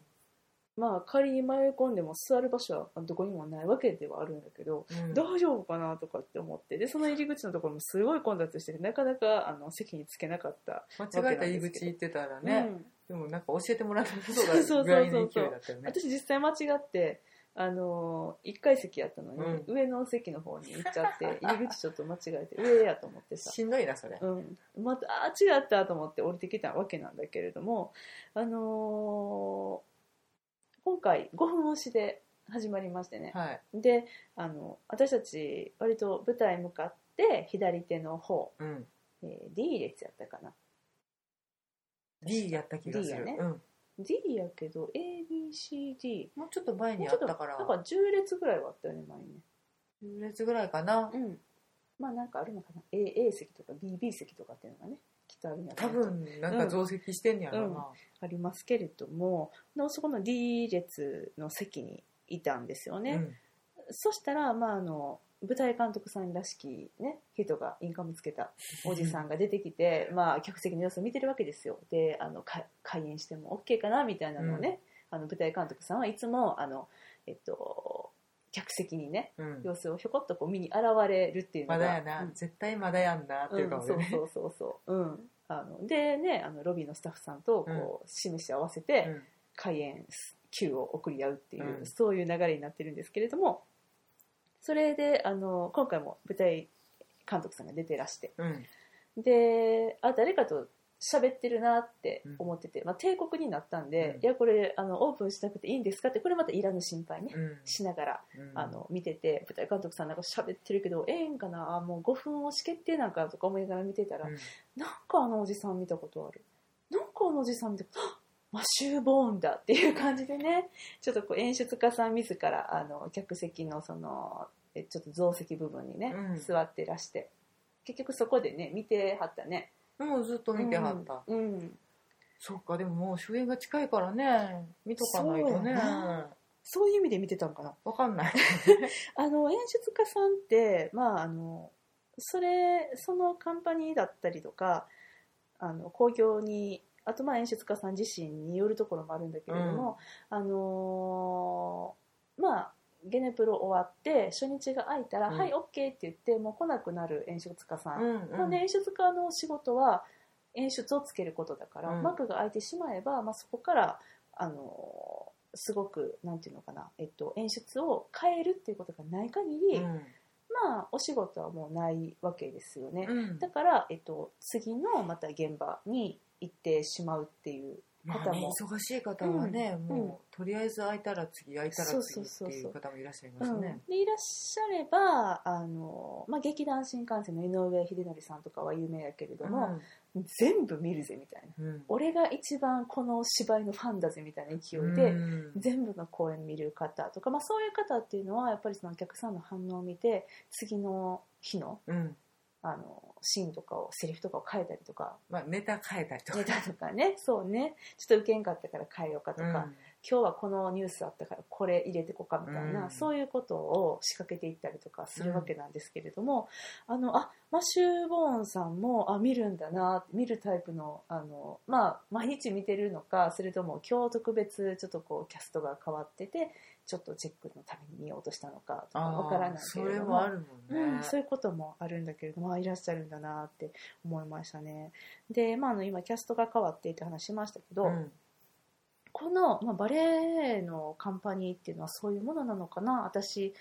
Speaker 1: まあ仮に迷い込んでも座る場所はどこにもないわけではあるんだけど、
Speaker 2: うん
Speaker 1: 大丈夫かなとかって思ってでその入り口のところもすごい混雑しててなかなかあの席につけなかった、
Speaker 2: 間違えた入り口行ってたらね、
Speaker 1: うん
Speaker 2: でもなんか教えてもらった
Speaker 1: そう
Speaker 2: こ
Speaker 1: そ
Speaker 2: と
Speaker 1: うそうそう
Speaker 2: がぐらいの勢いだったよね
Speaker 1: 私実際間違ってあの1階席やったのに、
Speaker 2: う
Speaker 1: 上の席の方に行っちゃって 入り口ちょっと間違えて上やと思ってさ、
Speaker 2: しんどいなそれ、
Speaker 1: うん、またあー違ったと思って降りてきたわけなんだけれどもあのー今回5分押しで始まりましてね、
Speaker 2: はい、
Speaker 1: であの私たち割と舞台向かって左手の方、
Speaker 2: うん、
Speaker 1: えー D 列やったかな
Speaker 2: D やった気がす
Speaker 1: D や
Speaker 2: る、
Speaker 1: ね
Speaker 2: うん、
Speaker 1: D やけど ABCD
Speaker 2: もうちょっと前に
Speaker 1: もう
Speaker 2: あ
Speaker 1: ちょ
Speaker 2: っ
Speaker 1: っと
Speaker 2: たから
Speaker 1: なんか10列ぐらいはあったよね前にね
Speaker 2: 10列ぐらいかな、
Speaker 1: うん、まあなんかあるのかな A, A 席とか BB 席とかっていうのがねきっとあるんやろ
Speaker 2: 多
Speaker 1: うなと
Speaker 2: 分なんか増積してんねやろうな、
Speaker 1: ありますけれどもでそこの D 列の席にいたんですよね、
Speaker 2: うん
Speaker 1: そしたら、まあ、あの舞台監督さんらしき、ね、人がインカムつけたおじさんが出てきて、 まあ、客席の様子を見てるわけですよであのか開演しても OK かなみたいなのをね、あの舞台監督さんはいつもあの、えっと、客席にね
Speaker 2: うん
Speaker 1: 様子をひょこっとこう見に現れるっていうのが
Speaker 2: まだやな、
Speaker 1: うん
Speaker 2: 絶対まだやんなっていう顔で
Speaker 1: う
Speaker 2: ね、
Speaker 1: ん、そうそうそうそう、うん、あのでねあのロビーのスタッフさんとこう示し合わせて、
Speaker 2: うん
Speaker 1: 開演球を送り合うっていう、
Speaker 2: うん
Speaker 1: そういう流れになってるんですけれどもそれであの今回も舞台監督さんが出てらして
Speaker 2: うん
Speaker 1: であ誰かと喋ってるなって思ってて、まあ、帝国になったんで、
Speaker 2: うん
Speaker 1: いやこれあのオープンしなくていいんですかってこれまたいらぬ心配ね、
Speaker 2: うん
Speaker 1: しながら
Speaker 2: うん
Speaker 1: あの見てて舞台監督さんなんか喋ってるけどええんかなあもう5分押し決定なんかとか思いながら見てたら、
Speaker 2: うん
Speaker 1: なんかあのおじさん見たことあるなんかあのおじさん見たことあっマシュー・ボーンだっていう感じでねちょっとこう演出家さん自らあの客席のそのえちょっと増席部分にね、
Speaker 2: うん
Speaker 1: 座ってらして結局そこでね見てはったね
Speaker 2: もうずっと見てはった、
Speaker 1: うん、うん
Speaker 2: そっかでももう終演が近いからね見とかないと
Speaker 1: そう
Speaker 2: ね
Speaker 1: やなそういう意味で見てたんかな
Speaker 2: わか んない
Speaker 1: あの演出家さんって、まあ、あのそれそのカンパニーだったりとかあの興行にあとまあ演出家さん自身によるところもあるんだけれども、あのーまあゲネプロ終わって初日が空いたら「
Speaker 2: うん
Speaker 1: はい OK」って言ってもう来なくなる演出家さん、
Speaker 2: ん
Speaker 1: まあね、演出家の仕事は演出をつけることだから、
Speaker 2: うん
Speaker 1: 幕が開いてしまえば、まあ、そこから、あのーすごくなんていうのかな、えっと、演出を変えるっていうことがない限り、
Speaker 2: うん
Speaker 1: まあお仕事はもうないわけですよね、
Speaker 2: うん
Speaker 1: だから、えっと、次のまた現場に行ってしまうっていう
Speaker 2: まあね、忙しい方はね、
Speaker 1: うん
Speaker 2: もうとりあえず空いたら次空いたら
Speaker 1: そう
Speaker 2: 次
Speaker 1: そうそうそう
Speaker 2: っていう方もいらっしゃい
Speaker 1: う
Speaker 2: ます
Speaker 1: ん
Speaker 2: ね。
Speaker 1: でいらっしゃればあの、まあ、劇団新幹線の井上秀則さんとかは有名やけれども、全部見るぜみたいな
Speaker 2: うんうん
Speaker 1: 俺が一番この芝居のファンだぜみたいな勢いで、
Speaker 2: うん
Speaker 1: 全部の公演見る方とか、まあ、そういう方っていうのはやっぱりそのお客さんの反応を見て次の日の
Speaker 2: うん
Speaker 1: あのシーンとかをセリフとかを変えたりとか
Speaker 2: まあネタ変えたりとか
Speaker 1: ネタとかねそうねちょっと受けんかったから変えようかとか、
Speaker 2: うん
Speaker 1: 今日はこのニュースあったからこれ入れてこうかみたいな、
Speaker 2: うん
Speaker 1: そういうことを仕掛けていったりとかするわけなんですけれども、あのあマシュー・ボーンさんもあ見るんだな見るタイプのあの、まあ、毎日見てるのかそれとも今日特別ちょっとこうキャストが変わっててちょっとチェックのために見ようとしたのかとか
Speaker 2: あー
Speaker 1: わからないけ
Speaker 2: そ
Speaker 1: れ
Speaker 2: れ
Speaker 1: ど
Speaker 2: も
Speaker 1: も
Speaker 2: あ。るも
Speaker 1: うんん、
Speaker 2: ね。
Speaker 1: そういうこともあるんだけれどもあいらっしゃるんだなって思いましたね。で、まあ、あの今キャストが変わってって話しましたけど、
Speaker 2: うん
Speaker 1: この、まあ、バレエのカンパニーっていうのはそういうものなのかな私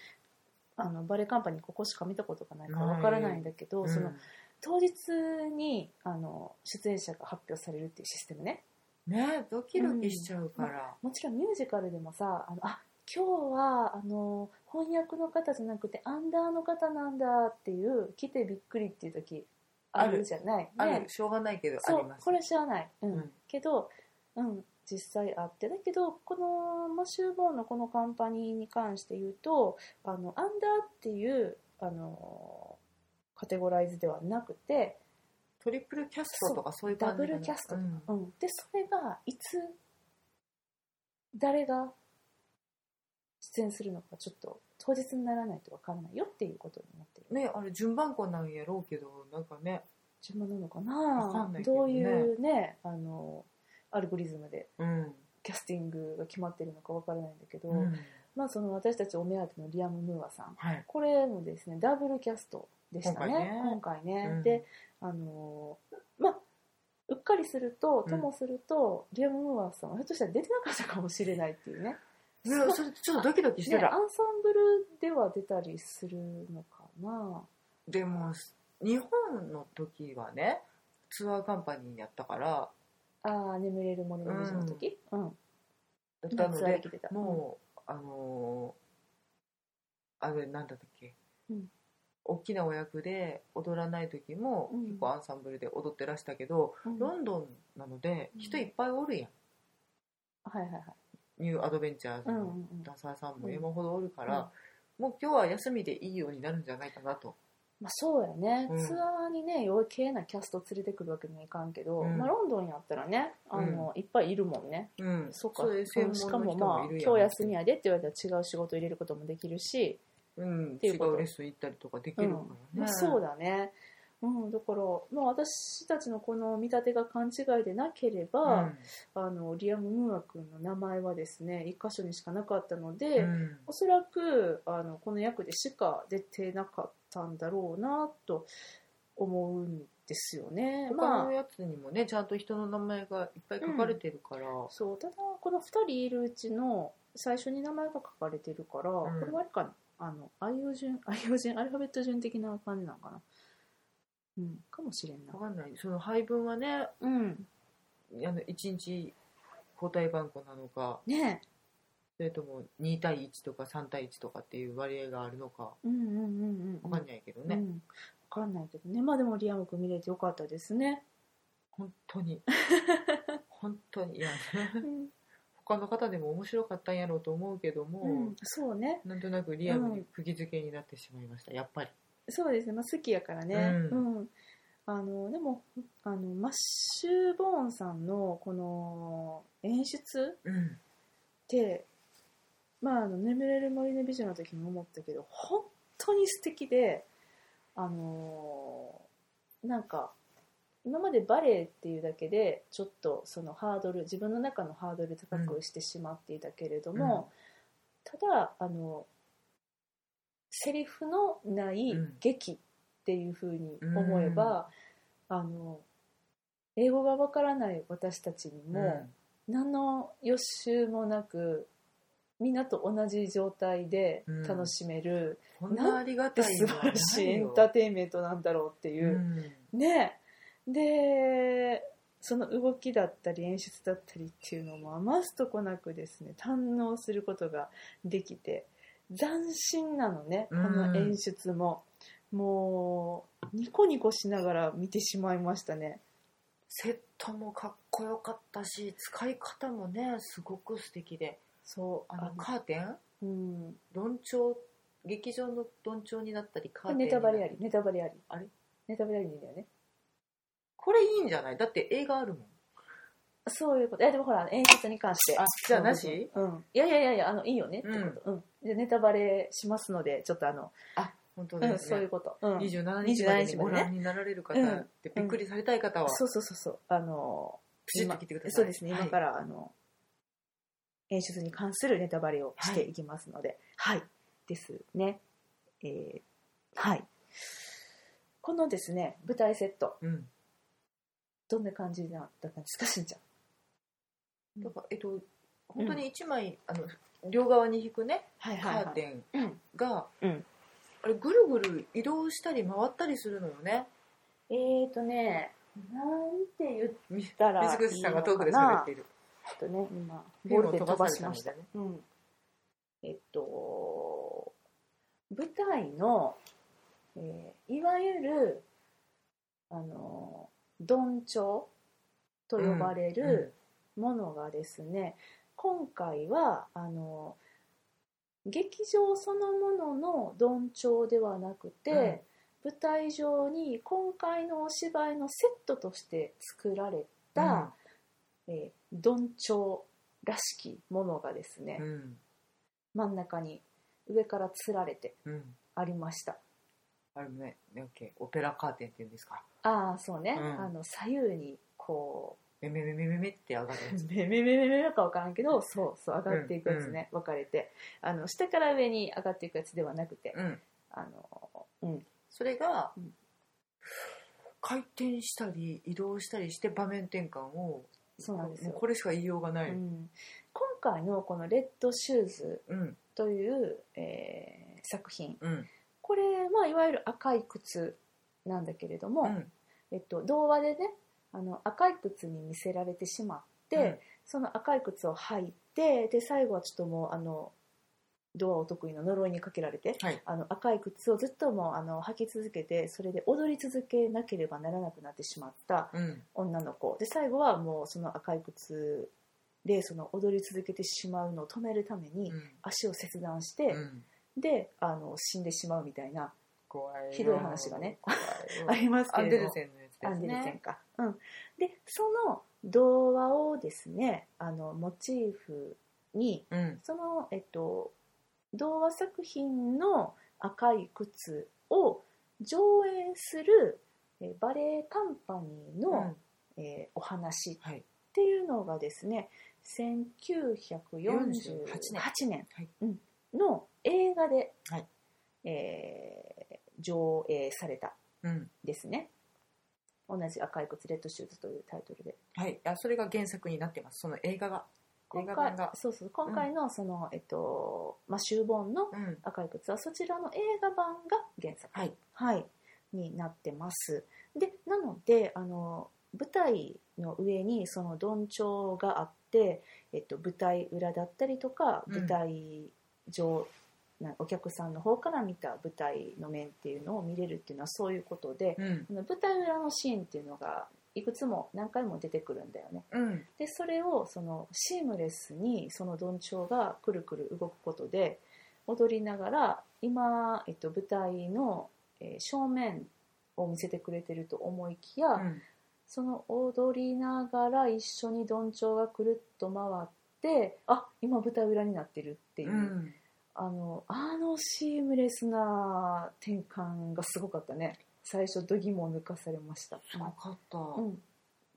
Speaker 1: あのバレエカンパニーここしか見たことがないからわからないんだけど、その当日にあの出演者が発表されるっていうシステムね
Speaker 2: ねドキドキしちゃうから。
Speaker 1: もちろんミュージカルでもさあのあ今日はあの翻訳の方じゃなくてアンダーの方なんだっていう来てびっくりっていう時あるじゃない
Speaker 2: あ
Speaker 1: ね
Speaker 2: るしょうがないけどあ
Speaker 1: そ
Speaker 2: り
Speaker 1: う
Speaker 2: ます。
Speaker 1: これ知らない、うん
Speaker 2: うん
Speaker 1: けど、うん、実際あってだけどこのマシュー・ボーンのこのカンパニーに関して言うとあのアンダーっていうあのカテゴライズではなくて、
Speaker 2: トリプルキャストとかそういう感じかな
Speaker 1: ダブルキャストと
Speaker 2: うん
Speaker 1: うん、でそれがいつ誰が出演するのかちょっと当日にならないと分からないよっていうことになってる
Speaker 2: ねあれ順番こなんやろうけどなんかね。
Speaker 1: 自分なのか
Speaker 2: わか
Speaker 1: なん
Speaker 2: ないけ
Speaker 1: ど
Speaker 2: ど
Speaker 1: う
Speaker 2: ね
Speaker 1: いうねあのアルゴリズムで
Speaker 2: うん
Speaker 1: キャスティングが決まってるのかわからないんだけど、
Speaker 2: うん
Speaker 1: まあその私たちお目当てのリアム・ムーアさん
Speaker 2: はい
Speaker 1: これもですねダブルキャストでしたね今
Speaker 2: 今
Speaker 1: 回ね
Speaker 2: うん
Speaker 1: であのーまあうっかりするとともすると、リアム・ムーアさんはひょっとしたら出てなかったかもしれないっていうね
Speaker 2: いやそれちょっとドキドキして
Speaker 1: ねア
Speaker 2: た、
Speaker 1: ンサンブルでは出たりするのかな
Speaker 2: でも日本の時はねツアーカンパニーやったから
Speaker 1: ああ眠れる森の虹の時うん、
Speaker 2: だったの
Speaker 1: ツアーで
Speaker 2: で
Speaker 1: 来てた
Speaker 2: もうあのーあれなんだったっけ、
Speaker 1: うん
Speaker 2: 大きなお役で踊らない時も
Speaker 1: うん
Speaker 2: 結構アンサンブルで踊ってらしたけど、
Speaker 1: うんは
Speaker 2: ロンドンなので
Speaker 1: うん
Speaker 2: 人いっぱいおるやん、
Speaker 1: いはいはい
Speaker 2: ニューアドベンチャーズ
Speaker 1: うんうん
Speaker 2: の
Speaker 1: うん
Speaker 2: ダンサーさん
Speaker 1: う
Speaker 2: も
Speaker 1: ん
Speaker 2: 山ほどおるから、もう今日は休みでいいようになるんじゃないかなと、
Speaker 1: まあ、そうやね、
Speaker 2: うん
Speaker 1: ツアーにね余計なキャスト連れてくるわけにはいかんけど、
Speaker 2: うん
Speaker 1: まあ、ロンドンやったらねあの、いっぱいいるもんね
Speaker 2: うん、
Speaker 1: そうか
Speaker 2: いう専門の
Speaker 1: し
Speaker 2: 人
Speaker 1: かもまあ
Speaker 2: いるやん
Speaker 1: 今日休みやでって言われたら違う仕事入れることもできるし、
Speaker 2: うん、
Speaker 1: てい
Speaker 2: 違
Speaker 1: うこと
Speaker 2: うレッスン行ったりとかできるからね、
Speaker 1: まあ、そうだね、うん、だから、まあ、私たちのこの見立てが勘違いでなければ、あのリアム・ムーア君の名前はですね一箇所にしかなかったので、
Speaker 2: うんうん
Speaker 1: おそらくあのこの役でしか出てなかったんだろうなと思うんですよね。
Speaker 2: 他
Speaker 1: ま
Speaker 2: の
Speaker 1: あ
Speaker 2: やつにもねちゃんと人の名前がいっぱい書かれてるから、
Speaker 1: そうただこの2人いるうちの最初に名前が書かれてるから、
Speaker 2: ん
Speaker 1: これはあれかなあの愛用順 愛用順アルファベット順的な感じなのかな。うん、かもしれんな
Speaker 2: わ。かんないその配分はね
Speaker 1: うん、
Speaker 2: あの1日交代番号なのか
Speaker 1: ね
Speaker 2: それとも2対1とか3対1とかっていう割合があるのか
Speaker 1: え、うんうんうんうん、
Speaker 2: わかんないけど
Speaker 1: う
Speaker 2: ね、
Speaker 1: ん、わかんないけどね。まあでもリアム君見れてよかったですね。
Speaker 2: 本当 に本当にいや
Speaker 1: うん、
Speaker 2: 他の方でも面白かったんやろうと思うけども、
Speaker 1: うん、そうね。
Speaker 2: なんとなくリアムに釘付けになってしまいましたやっぱり
Speaker 1: そうですね、まあ、好きやからね、う
Speaker 2: うん
Speaker 1: あのでもあのマッシュ・ボーンさんのこの演出っ
Speaker 2: うん
Speaker 1: て、まあ、あの眠れる森の美女の時も思ったけど本当に素敵であのーなんか今までバレエっていうだけでちょっとそのハードル自分の中のハードル高くしてしまっていたけれども、ただあのセリフのない
Speaker 2: うん
Speaker 1: 劇っていうふうに思えば、あの英語がわからない私たちにも、何の予習もなくみんなと同じ状態で楽しめる、
Speaker 2: うん、こんなありがたい
Speaker 1: 素晴らしいエンターテインメントなんだろうって
Speaker 2: て
Speaker 1: いう、ねでその動きだったり演出だったりっていうのも余すとこなくですね堪能することができて斬新なのねこの演出も、もうニコニコしながら見てしまいましたね
Speaker 2: セットもかっこよかったし使い方もねすごく素敵で
Speaker 1: そう
Speaker 2: あのカーテン
Speaker 1: うん
Speaker 2: 論調劇場の論調になったりカーテン
Speaker 1: ネタバレあ
Speaker 2: に
Speaker 1: り、ネタバレあり。
Speaker 2: あれ
Speaker 1: ネタバレありでいいんだよね。
Speaker 2: これいいんじゃないだって映画あるもん
Speaker 1: そういうこと。いや、でもほら、演出に関して。
Speaker 2: あじゃあなし
Speaker 1: うん。いやいやいやいや、あの、いいよねってこと。うん。じゃあネタバレしますので、ちょっとあの、
Speaker 2: あ本当
Speaker 1: うん、
Speaker 2: です
Speaker 1: そう
Speaker 2: ね、
Speaker 1: いうこと。うん。
Speaker 2: 27日までに
Speaker 1: 27日ま
Speaker 2: ご
Speaker 1: でね
Speaker 2: 覧になられる方
Speaker 1: うん
Speaker 2: でびっくりされたい方は
Speaker 1: そうそうそうそう。あの、
Speaker 2: プチッと切ってください
Speaker 1: そうですね、
Speaker 2: はい
Speaker 1: 今から、あの、演出に関するネタバレをしていきますので、はい。ですね。えー、はい。このですね、舞台セット、
Speaker 2: うん
Speaker 1: どんな感じだったんですか、しんちゃん。
Speaker 2: だからえっと本当に1枚、あの両側に引くね
Speaker 1: はい
Speaker 2: カーテン
Speaker 1: うん。
Speaker 2: が、
Speaker 1: うん
Speaker 2: あれぐるぐる移動したり回ったりするのよね
Speaker 1: えーとね、なんて言ったらいいのかな。
Speaker 2: 水口さんがトークで喋っている
Speaker 1: ちょっとね、今、
Speaker 2: フィ
Speaker 1: ボ
Speaker 2: ル
Speaker 1: ー
Speaker 2: ム
Speaker 1: ル
Speaker 2: を
Speaker 1: ペン飛ばし
Speaker 2: 飛ば
Speaker 1: まし
Speaker 2: さ
Speaker 1: た
Speaker 2: れ
Speaker 1: ね
Speaker 2: た。
Speaker 1: うん。えっと、舞台の、えーいわゆる、あの、鈍調と呼ばれ
Speaker 2: うんうん
Speaker 1: るものがですね、今回は、あの、劇場そのものの鈍調ではなくて、舞台上に今回のお芝居のセットとして作られた、えー、鈍調らしきものがですね、
Speaker 2: うん
Speaker 1: 真ん中に上からつられて
Speaker 2: うん
Speaker 1: ありました
Speaker 2: あれもねなんだっけオペラカーテンっていうんですか
Speaker 1: ああそうね、
Speaker 2: うん
Speaker 1: あの左右にこう
Speaker 2: めめめめめめって上がるやつ
Speaker 1: めめめめめか分からんけどそうそう上がっていくやつね、分かれてあの下から上に上がっていくやつではなくて、
Speaker 2: うん
Speaker 1: あのうん
Speaker 2: それが、
Speaker 1: うん
Speaker 2: 回転したり移動したりして場面転換を
Speaker 1: そうなんですよ
Speaker 2: もうこれしか言いようがな
Speaker 1: う
Speaker 2: い、うん
Speaker 1: ん、今回のこの「レッドシューズ
Speaker 2: うん」
Speaker 1: という、えー作品これ、まあ、いわゆる赤い靴なんだけれども、
Speaker 2: うん
Speaker 1: えっと、童話でねあの赤い靴に見せられてしまって、
Speaker 2: うん
Speaker 1: その赤い靴を履いてで最後はちょっともうあの童話お得意の呪いにかけられて、
Speaker 2: はい
Speaker 1: あの赤い靴をずっともうあの履き続けてそれで踊り続けなければならなくなってしまった
Speaker 2: うん
Speaker 1: 女の子で最後はもうその赤い靴でその踊り続けてしまうのを止めるために
Speaker 2: うん
Speaker 1: 足を切断して、
Speaker 2: うん
Speaker 1: であの死んでしまうみたいな
Speaker 2: 怖いよ
Speaker 1: ひどい話がね
Speaker 2: 怖い
Speaker 1: あります
Speaker 2: ア
Speaker 1: け
Speaker 2: ン
Speaker 1: れ
Speaker 2: デ
Speaker 1: ど
Speaker 2: ル
Speaker 1: も
Speaker 2: センのやつです ね
Speaker 1: アンデルセンか、うん、でその童話をですねあのモチーフに
Speaker 2: うん
Speaker 1: その、えっと、童話作品の赤い靴を上映するえバレエカンパニーの、えーお話っ
Speaker 2: はい
Speaker 1: ていうのがですね1948
Speaker 2: 48
Speaker 1: 年
Speaker 2: はい
Speaker 1: うんの映画で、
Speaker 2: はい
Speaker 1: えー上映された
Speaker 2: うん
Speaker 1: ですね同じ「赤い靴レッドシューズ」というタイトルで
Speaker 2: はいあそれが原作になってますその映画が映
Speaker 1: 今
Speaker 2: 画
Speaker 1: 回
Speaker 2: 版が
Speaker 1: そうそう今回のその、えっとまあ、終本の
Speaker 2: うん
Speaker 1: 「赤い靴」はそちらの映画版が原作、
Speaker 2: はい
Speaker 1: はい、になってますでなのであの舞台の上にそのどんちょうがあって、えっと、舞台裏だったりとか
Speaker 2: うん
Speaker 1: 舞台上、なお客さんの方から見た舞台の面っていうのを見れるっていうのはそういうことで、
Speaker 2: うん
Speaker 1: あの舞台裏のシーンっていうのがいくつも何回も出てくるんだよね
Speaker 2: うん
Speaker 1: でそれをそのシームレスにそのどんちょうがくるくる動くことで踊りながら今、えっと、舞台の、えー正面を見せてくれてると思いきや、
Speaker 2: うん
Speaker 1: その踊りながら一緒にどんちょうがくるっと回ってあ今舞台裏になってるっていうう、
Speaker 2: ん
Speaker 1: あのあのシームレスな転換がすごかったね最初度肝を抜かされました
Speaker 2: すごかった
Speaker 1: うん、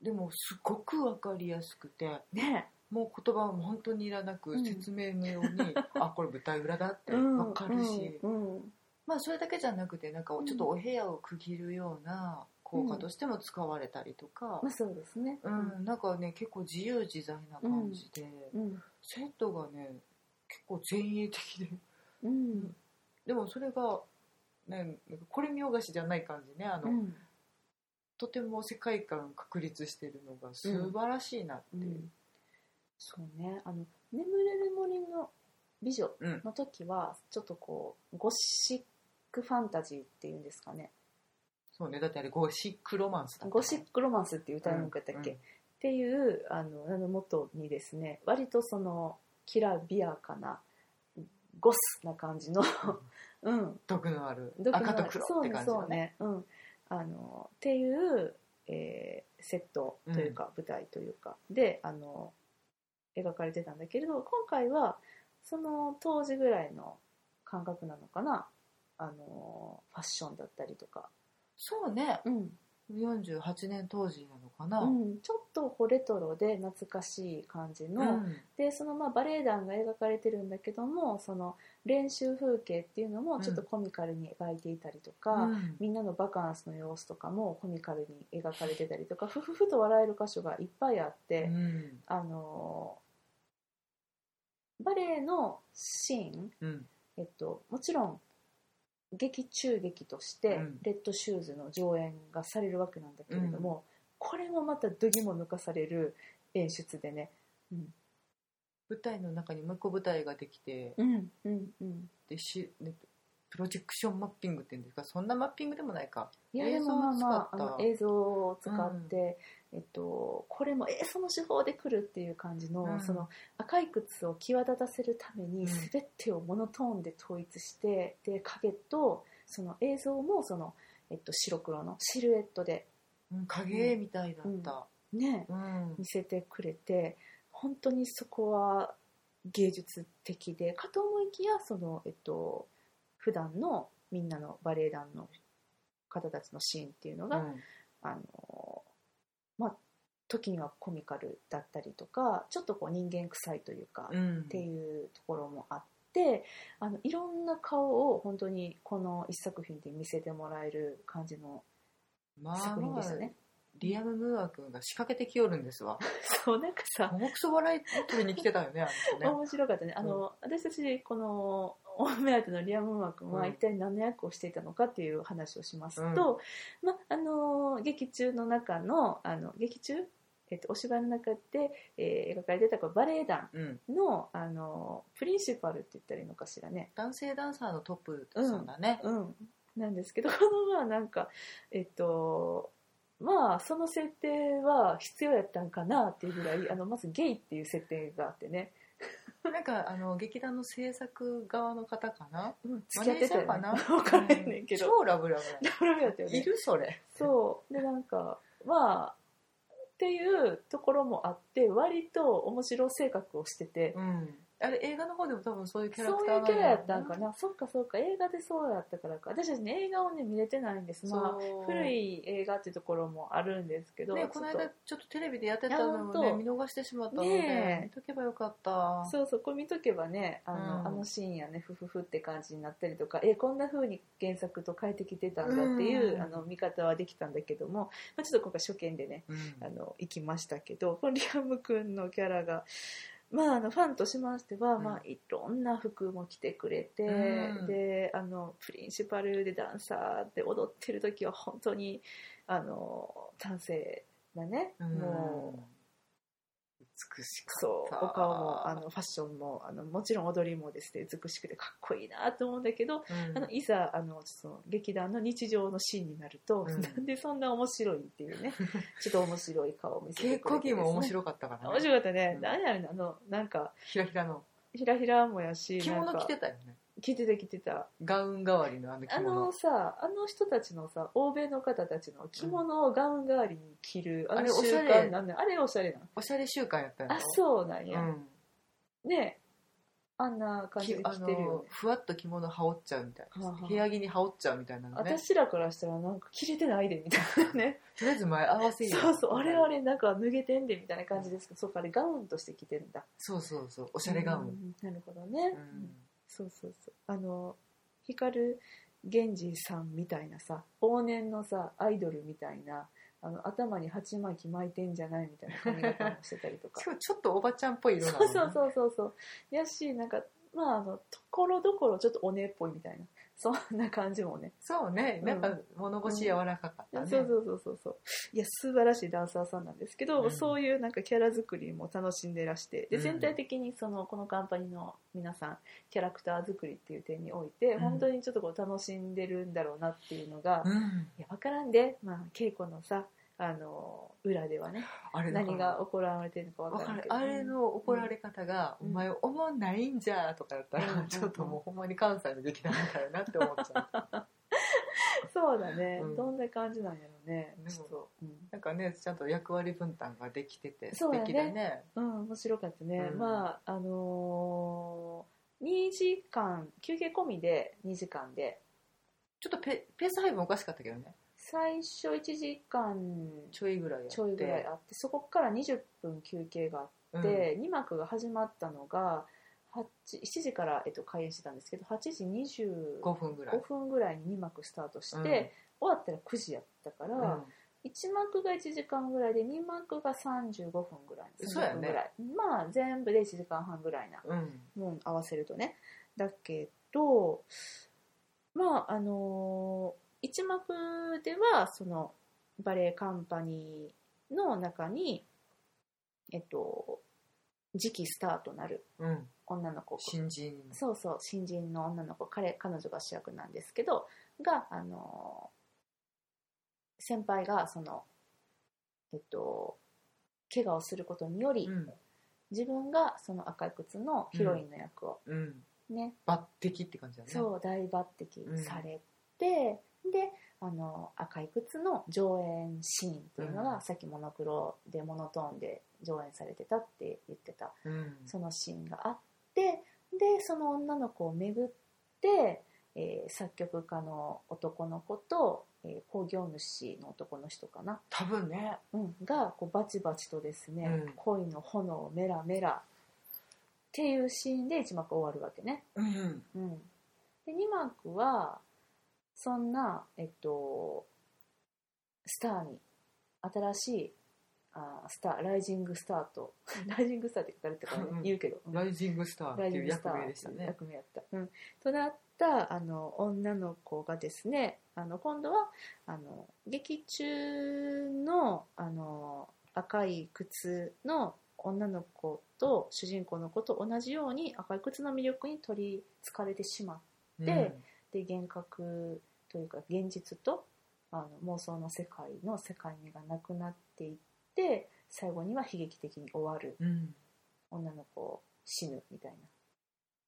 Speaker 2: でもすごくわかりやすくて
Speaker 1: ね
Speaker 2: もう言葉は本当にいらな
Speaker 1: う
Speaker 2: く
Speaker 1: ん
Speaker 2: 説明無用に、 あこれ舞台裏だって
Speaker 1: え
Speaker 2: わかるし、
Speaker 1: うんうん
Speaker 2: まあそれだけじゃなくてなんか
Speaker 1: うん
Speaker 2: ちょっとお部屋を区切るような効果としても使われたりとか
Speaker 1: まあ、そうですね
Speaker 2: うんなんかね結構自由自在な感じで、
Speaker 1: うん
Speaker 2: セットがね結構前衛的で
Speaker 1: うん
Speaker 2: でもそれが、ね、なんかこれ見よがしじゃない感じねあの、
Speaker 1: うん
Speaker 2: とても世界観確立してるのが素晴らしいなって
Speaker 1: う
Speaker 2: い
Speaker 1: ん
Speaker 2: う。
Speaker 1: そうねあの「眠れる森の美女」の時はちょっとこうゴシックファンタジーっていうんですかね
Speaker 2: そうね、だってあれゴシックロマンスだった
Speaker 1: ゴシックロマンスっていう歌い文句やったっけ、
Speaker 2: うん
Speaker 1: っていうあのあの元にですね割とそのきらびやかなゴスな感じの、うん、
Speaker 2: 毒のある
Speaker 1: 独特な
Speaker 2: 赤と黒って感じ
Speaker 1: そうねそ
Speaker 2: の
Speaker 1: う
Speaker 2: ね
Speaker 1: ね、うん、あのっていう、えーセットというか、舞台というかであの描かれてたんだけれど今回はその当時ぐらいの感覚なのかなあのファッションだったりとか、
Speaker 2: そうね
Speaker 1: うん
Speaker 2: 48年当時なのかな、
Speaker 1: うんちょっとこうレトロで懐かしい感じの、
Speaker 2: うん
Speaker 1: でそのまあバレエ団が描かれてるんだけどもその練習風景っていうのもちょっとコミカルに描いていたりとか。
Speaker 2: うん
Speaker 1: みんなのバカンスの様子とかもコミカルに描かれてたりとかふふふと笑える箇所がいっぱいあって、
Speaker 2: うん
Speaker 1: あのーバレエのシーン、
Speaker 2: うん
Speaker 1: えっと、もちろん劇中劇として
Speaker 2: うん
Speaker 1: 「レッドシューズ」の上演がされるわけなんだけれども、これもまた度肝抜かされる演出でね。
Speaker 2: 舞台の中にもう一個舞台ができて
Speaker 1: うんうんうん、
Speaker 2: でしねプロジェクションマッピングっていうんですかそんなマッピングでもないか
Speaker 1: いや
Speaker 2: 映
Speaker 1: で
Speaker 2: 像
Speaker 1: もまあまあ
Speaker 2: を使った
Speaker 1: あの映像を使って、えっと、これもえその手法で来るっていう感じの,、
Speaker 2: うん
Speaker 1: その赤い靴を際立たせるため
Speaker 2: う
Speaker 1: に
Speaker 2: ん
Speaker 1: 全てをモノトーンで統一して、で影とその映像もその、えっと、白黒のシルエットで、
Speaker 2: うん影絵みたいだった、
Speaker 1: ね、
Speaker 2: うん
Speaker 1: 見せてくれて本当にそこは芸術的でかと思いきやその、えっと普段のみんなのバレエ団の方たちのシーンっていうのが。
Speaker 2: うん
Speaker 1: あのまあ時にはコミカルだったりとかちょっとこう人間臭いというか、
Speaker 2: うん、
Speaker 1: っていうところもあってあのいろんな顔を本当にこの一作品で見せてもらえる感じの
Speaker 2: まあ
Speaker 1: 作品
Speaker 2: ま
Speaker 1: で
Speaker 2: あ
Speaker 1: すね。
Speaker 2: リアム・ムーア君が仕掛けてきよる んですわ
Speaker 1: そうなんかさ
Speaker 2: もうクソ笑い取りに来てたよねあの人ね
Speaker 1: 面白かったねあの、私たちこの お目当てのリアム・マー君は
Speaker 2: うん
Speaker 1: 一体何の役をしていたのかっていう話をします
Speaker 2: うん
Speaker 1: と、まあの劇中の中のあの劇中、えっと、お芝居の中で、えー描かれてた こうバレエ団
Speaker 2: うん
Speaker 1: のあのプリンシパルって言ったらいいのかしらね、
Speaker 2: 男性ダンサーのトップさんだね、
Speaker 1: うん、なんですけどこ のまあなんかえっとまあその設定は必要やったんかなっていうぐらいあのまずゲイっていう設定があってね、
Speaker 2: なんかあの劇団の制作側の方かな
Speaker 1: うん、付
Speaker 2: マ
Speaker 1: き
Speaker 2: ネ
Speaker 1: 合っ
Speaker 2: ー
Speaker 1: て
Speaker 2: ジ
Speaker 1: た
Speaker 2: ャ
Speaker 1: よ
Speaker 2: ー
Speaker 1: ね
Speaker 2: か な、
Speaker 1: 分からへんねんけど、
Speaker 2: 超ラブラブやね
Speaker 1: ダブルだったよね
Speaker 2: いるそれ
Speaker 1: そうでなんかまあっていうところもあって割と面白性格をしてて、
Speaker 2: うんあれ映画の方でも多分そういうキャラ
Speaker 1: そ
Speaker 2: ク
Speaker 1: う
Speaker 2: ター
Speaker 1: いうキャラや
Speaker 2: や
Speaker 1: ったんかな、そっかそっか映画でそうやったからか私たちね映画をね見れてないんですまあ
Speaker 2: そう
Speaker 1: 古い映画っていうところもあるんですけど、
Speaker 2: ね、この
Speaker 1: ちょっと
Speaker 2: 間ちょっとテレビでやってたのを
Speaker 1: いや
Speaker 2: ね
Speaker 1: ほん
Speaker 2: 見逃してしまったので、
Speaker 1: ねえ
Speaker 2: 見とけばよかった
Speaker 1: そうそうこれ見とけばねあの,、
Speaker 2: うん
Speaker 1: あのシーンやねふふふって感じになったりとかえこんな風に原作と変えてきてたんだっていう、
Speaker 2: うん
Speaker 1: あの見方はできたんだけども、まあ、ちょっと今回初見でね
Speaker 2: うん
Speaker 1: あの行きましたけどこのリアム君のキャラが。まあ、あのファンとしましては、
Speaker 2: うん
Speaker 1: まあ、いろんな服も着てくれて、
Speaker 2: うん
Speaker 1: であのプリンシパルでダンサーで踊ってる時は本当にあの男性なね、
Speaker 2: うん
Speaker 1: もう
Speaker 2: 美しか
Speaker 1: そ
Speaker 2: っ
Speaker 1: う
Speaker 2: た
Speaker 1: お顔もあのファッションもあのもちろん踊りもですね美しくてかっこいいなと思うんだけど、
Speaker 2: うん
Speaker 1: あのいざあのその劇団の日常のシーンになると、
Speaker 2: うん
Speaker 1: なんでそんな面白いっていう ねちょっと面白い顔を見せて
Speaker 2: 稽
Speaker 1: くれ
Speaker 2: 古
Speaker 1: てで
Speaker 2: 着
Speaker 1: すね
Speaker 2: も面白かったから
Speaker 1: 面
Speaker 2: ね
Speaker 1: 白かったね、
Speaker 2: うん
Speaker 1: 何やろなあのなんか
Speaker 2: ひらひらの
Speaker 1: ひらひらもやし
Speaker 2: 着
Speaker 1: な
Speaker 2: 物
Speaker 1: んか
Speaker 2: 着てたよね
Speaker 1: 着てた着てた
Speaker 2: ガウン代わりのあの着
Speaker 1: あ
Speaker 2: 物
Speaker 1: のさあの人たちのさ欧米の方たちの着物をガウン代わりに着る、あ
Speaker 2: あ
Speaker 1: の
Speaker 2: れお
Speaker 1: 習
Speaker 2: しゃれ
Speaker 1: 慣なんなんあれおしゃれなん
Speaker 2: おしゃれ週間やったよ
Speaker 1: あそうなんや、
Speaker 2: うん
Speaker 1: ねあんな感じ
Speaker 2: き
Speaker 1: で
Speaker 2: あ
Speaker 1: 着てるよ
Speaker 2: の
Speaker 1: ね、
Speaker 2: ふわっと着物羽織っちゃうみたい
Speaker 1: はあ
Speaker 2: な
Speaker 1: はあ
Speaker 2: 部屋着に羽織っちゃうみたいなのね
Speaker 1: 私らからしたらなんか着れてないでみたいな ね
Speaker 2: とりあえず前合わせよ
Speaker 1: そうそうあれあれなんか脱げてんでみたいな感じですけどそうかあれガウンとして着てるんだ
Speaker 2: そうそうそうお
Speaker 1: お
Speaker 2: しゃれガウン、
Speaker 1: なるほどね、
Speaker 2: うん
Speaker 1: そうそうそうあの光源氏さんみたいなさ往年のさアイドルみたいなあの頭に鉢巻き巻いてんじゃないみたいな髪型もしてたりとか
Speaker 2: しかもちょっとおばちゃんっぽい色なの
Speaker 1: そう
Speaker 2: ね
Speaker 1: そうそうそうそうやしなんかまああのところどころちょっとおねえっぽいみたいなそんな感じもね
Speaker 2: そうね、なん
Speaker 1: う
Speaker 2: か物腰柔らかかったね。
Speaker 1: そうそうそうそうそういや素晴らしいダンサーさんなんですけど、
Speaker 2: うん
Speaker 1: そういうなんかキャラ作りも楽しんでらしてで
Speaker 2: うん
Speaker 1: 全体的にそのこのカンパニーの皆さんキャラクター作りっていう点において、
Speaker 2: うん
Speaker 1: 本当にちょっとこう楽しんでるんだろうなっていうのが、い
Speaker 2: ん、
Speaker 1: や分からんで、まあ、稽古のさあの裏ではね
Speaker 2: あれだから
Speaker 1: 何が行われてるのか
Speaker 2: わ
Speaker 1: 分か
Speaker 2: から
Speaker 1: ん
Speaker 2: る
Speaker 1: けど
Speaker 2: あれの怒られ方が「
Speaker 1: うん
Speaker 2: お前おもんないんじゃ」とかだったら、
Speaker 1: うん
Speaker 2: ちょっともうほんまに関西の劇団だよなって思っ ちゃう
Speaker 1: そうだね、
Speaker 2: うん
Speaker 1: どんな感じなんやろうね
Speaker 2: でも
Speaker 1: ちょっと、うん
Speaker 2: なんかねちゃんと役割分担ができてて
Speaker 1: そ
Speaker 2: 素
Speaker 1: うだね
Speaker 2: 敵だね
Speaker 1: うん、面白かったね、
Speaker 2: うん
Speaker 1: まああのー、2時間休憩込みで2時間で
Speaker 2: ちょっとペペース配分おかしかったけどね
Speaker 1: 最初1時間
Speaker 2: ちょいぐらいやって
Speaker 1: ちょいぐらいあってそこから20分休憩があって、2幕が始まったのが8 7時から、えっと、開演してたんですけど8時
Speaker 2: うん
Speaker 1: 25
Speaker 2: 5分ぐらい
Speaker 1: 5分ぐらいに2幕スタートして、
Speaker 2: うん
Speaker 1: 終わったら9時やったから、
Speaker 2: うん
Speaker 1: 1幕が1時間ぐらいで2幕が35分ぐらい
Speaker 2: そうや
Speaker 1: 30
Speaker 2: ね
Speaker 1: 分ぐらいまあ全部で1時間半ぐらいな
Speaker 2: うん
Speaker 1: もう合わせるとねだけどまああの一幕ではそのバレエカンパニーの中にえっと次期スターとなる
Speaker 2: うん、
Speaker 1: 女の子
Speaker 2: 新人
Speaker 1: そうそう新人の女の子彼彼女が主役なんですけどがあの先輩がそのえっと怪我をすることにより、
Speaker 2: うん
Speaker 1: 自分がその赤い靴のヒロインの役を
Speaker 2: うん
Speaker 1: ね、
Speaker 2: 抜擢って感じだね
Speaker 1: そう大抜
Speaker 2: うん
Speaker 1: 擢されて、であの赤い靴の上演シーンっていうのが、
Speaker 2: うん
Speaker 1: さっきモノクロでモノトーンで上演されてたって言ってた
Speaker 2: うん、
Speaker 1: そのシーンがあってでその女の子を巡ってえー作曲家の男の子と、えー工業主の男の人かな、
Speaker 2: 多分ね
Speaker 1: うん、がこうバチバチとですね、
Speaker 2: うん
Speaker 1: 恋の炎をメラメラっていうシーンで1幕終わるわけね。
Speaker 2: うん
Speaker 1: うん、で2幕はそんな、えっと、スターに新しいあースターライジングスターと ライジングスターって書かれてたからね
Speaker 2: うん
Speaker 1: 言うけど、うん
Speaker 2: ライジングスターって
Speaker 1: ライジ
Speaker 2: い
Speaker 1: ン
Speaker 2: う
Speaker 1: グスタ
Speaker 2: 役
Speaker 1: ー
Speaker 2: 名でしたね
Speaker 1: 役名やった。うん、となったあの女の子がですねあの今度はあの劇中のあの赤い靴の女の子と主人公の子と同じように赤い靴の魅力に取りつかれてしまっでて幻覚というか現実とあの妄想の世界の世界がなくなっていって最後には悲劇的に終わる
Speaker 2: うんうん
Speaker 1: 女の子死ぬみたいな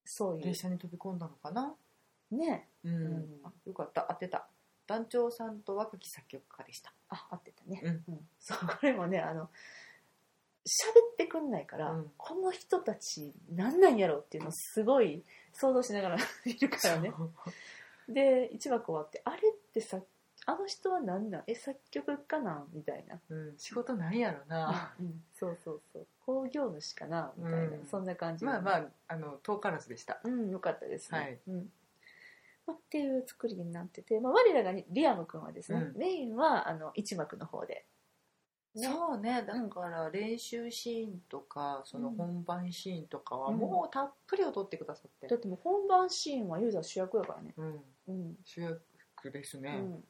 Speaker 1: そういう
Speaker 2: 電車に飛び込んだのかな
Speaker 1: ね
Speaker 2: うん、
Speaker 1: うん
Speaker 2: あよかった当てた団長さんと若き作曲家でした
Speaker 1: あ合ってたね、
Speaker 2: うん
Speaker 1: そうこれもねあの喋ってくんないから、
Speaker 2: うん
Speaker 1: この人たち何なんやろうっていうのをすごい想像しながら いるからねで1幕終わってあれってさあの人は何なんえ作曲家なんみたいな、
Speaker 2: うん、仕事なんやろな
Speaker 1: うんそうそうそう工業主かなみたいな、
Speaker 2: うん
Speaker 1: そんな感じ
Speaker 2: まあまああの遠からずでした
Speaker 1: うん、よかったですね。
Speaker 2: はい
Speaker 1: うんまあ、っていう作りになってて、まあ、我らがリリアム君はですね、
Speaker 2: う
Speaker 1: メインはあの一幕の方で、ね
Speaker 2: そうねだから練習シーンとかその
Speaker 1: うん
Speaker 2: 本番シーンとかは
Speaker 1: うん
Speaker 2: もうたっぷりを撮ってくださって
Speaker 1: だってもう本番シーンはユーザー主役やからね。
Speaker 2: うん、
Speaker 1: うん。
Speaker 2: 主役です
Speaker 1: う
Speaker 2: ね、
Speaker 1: ん。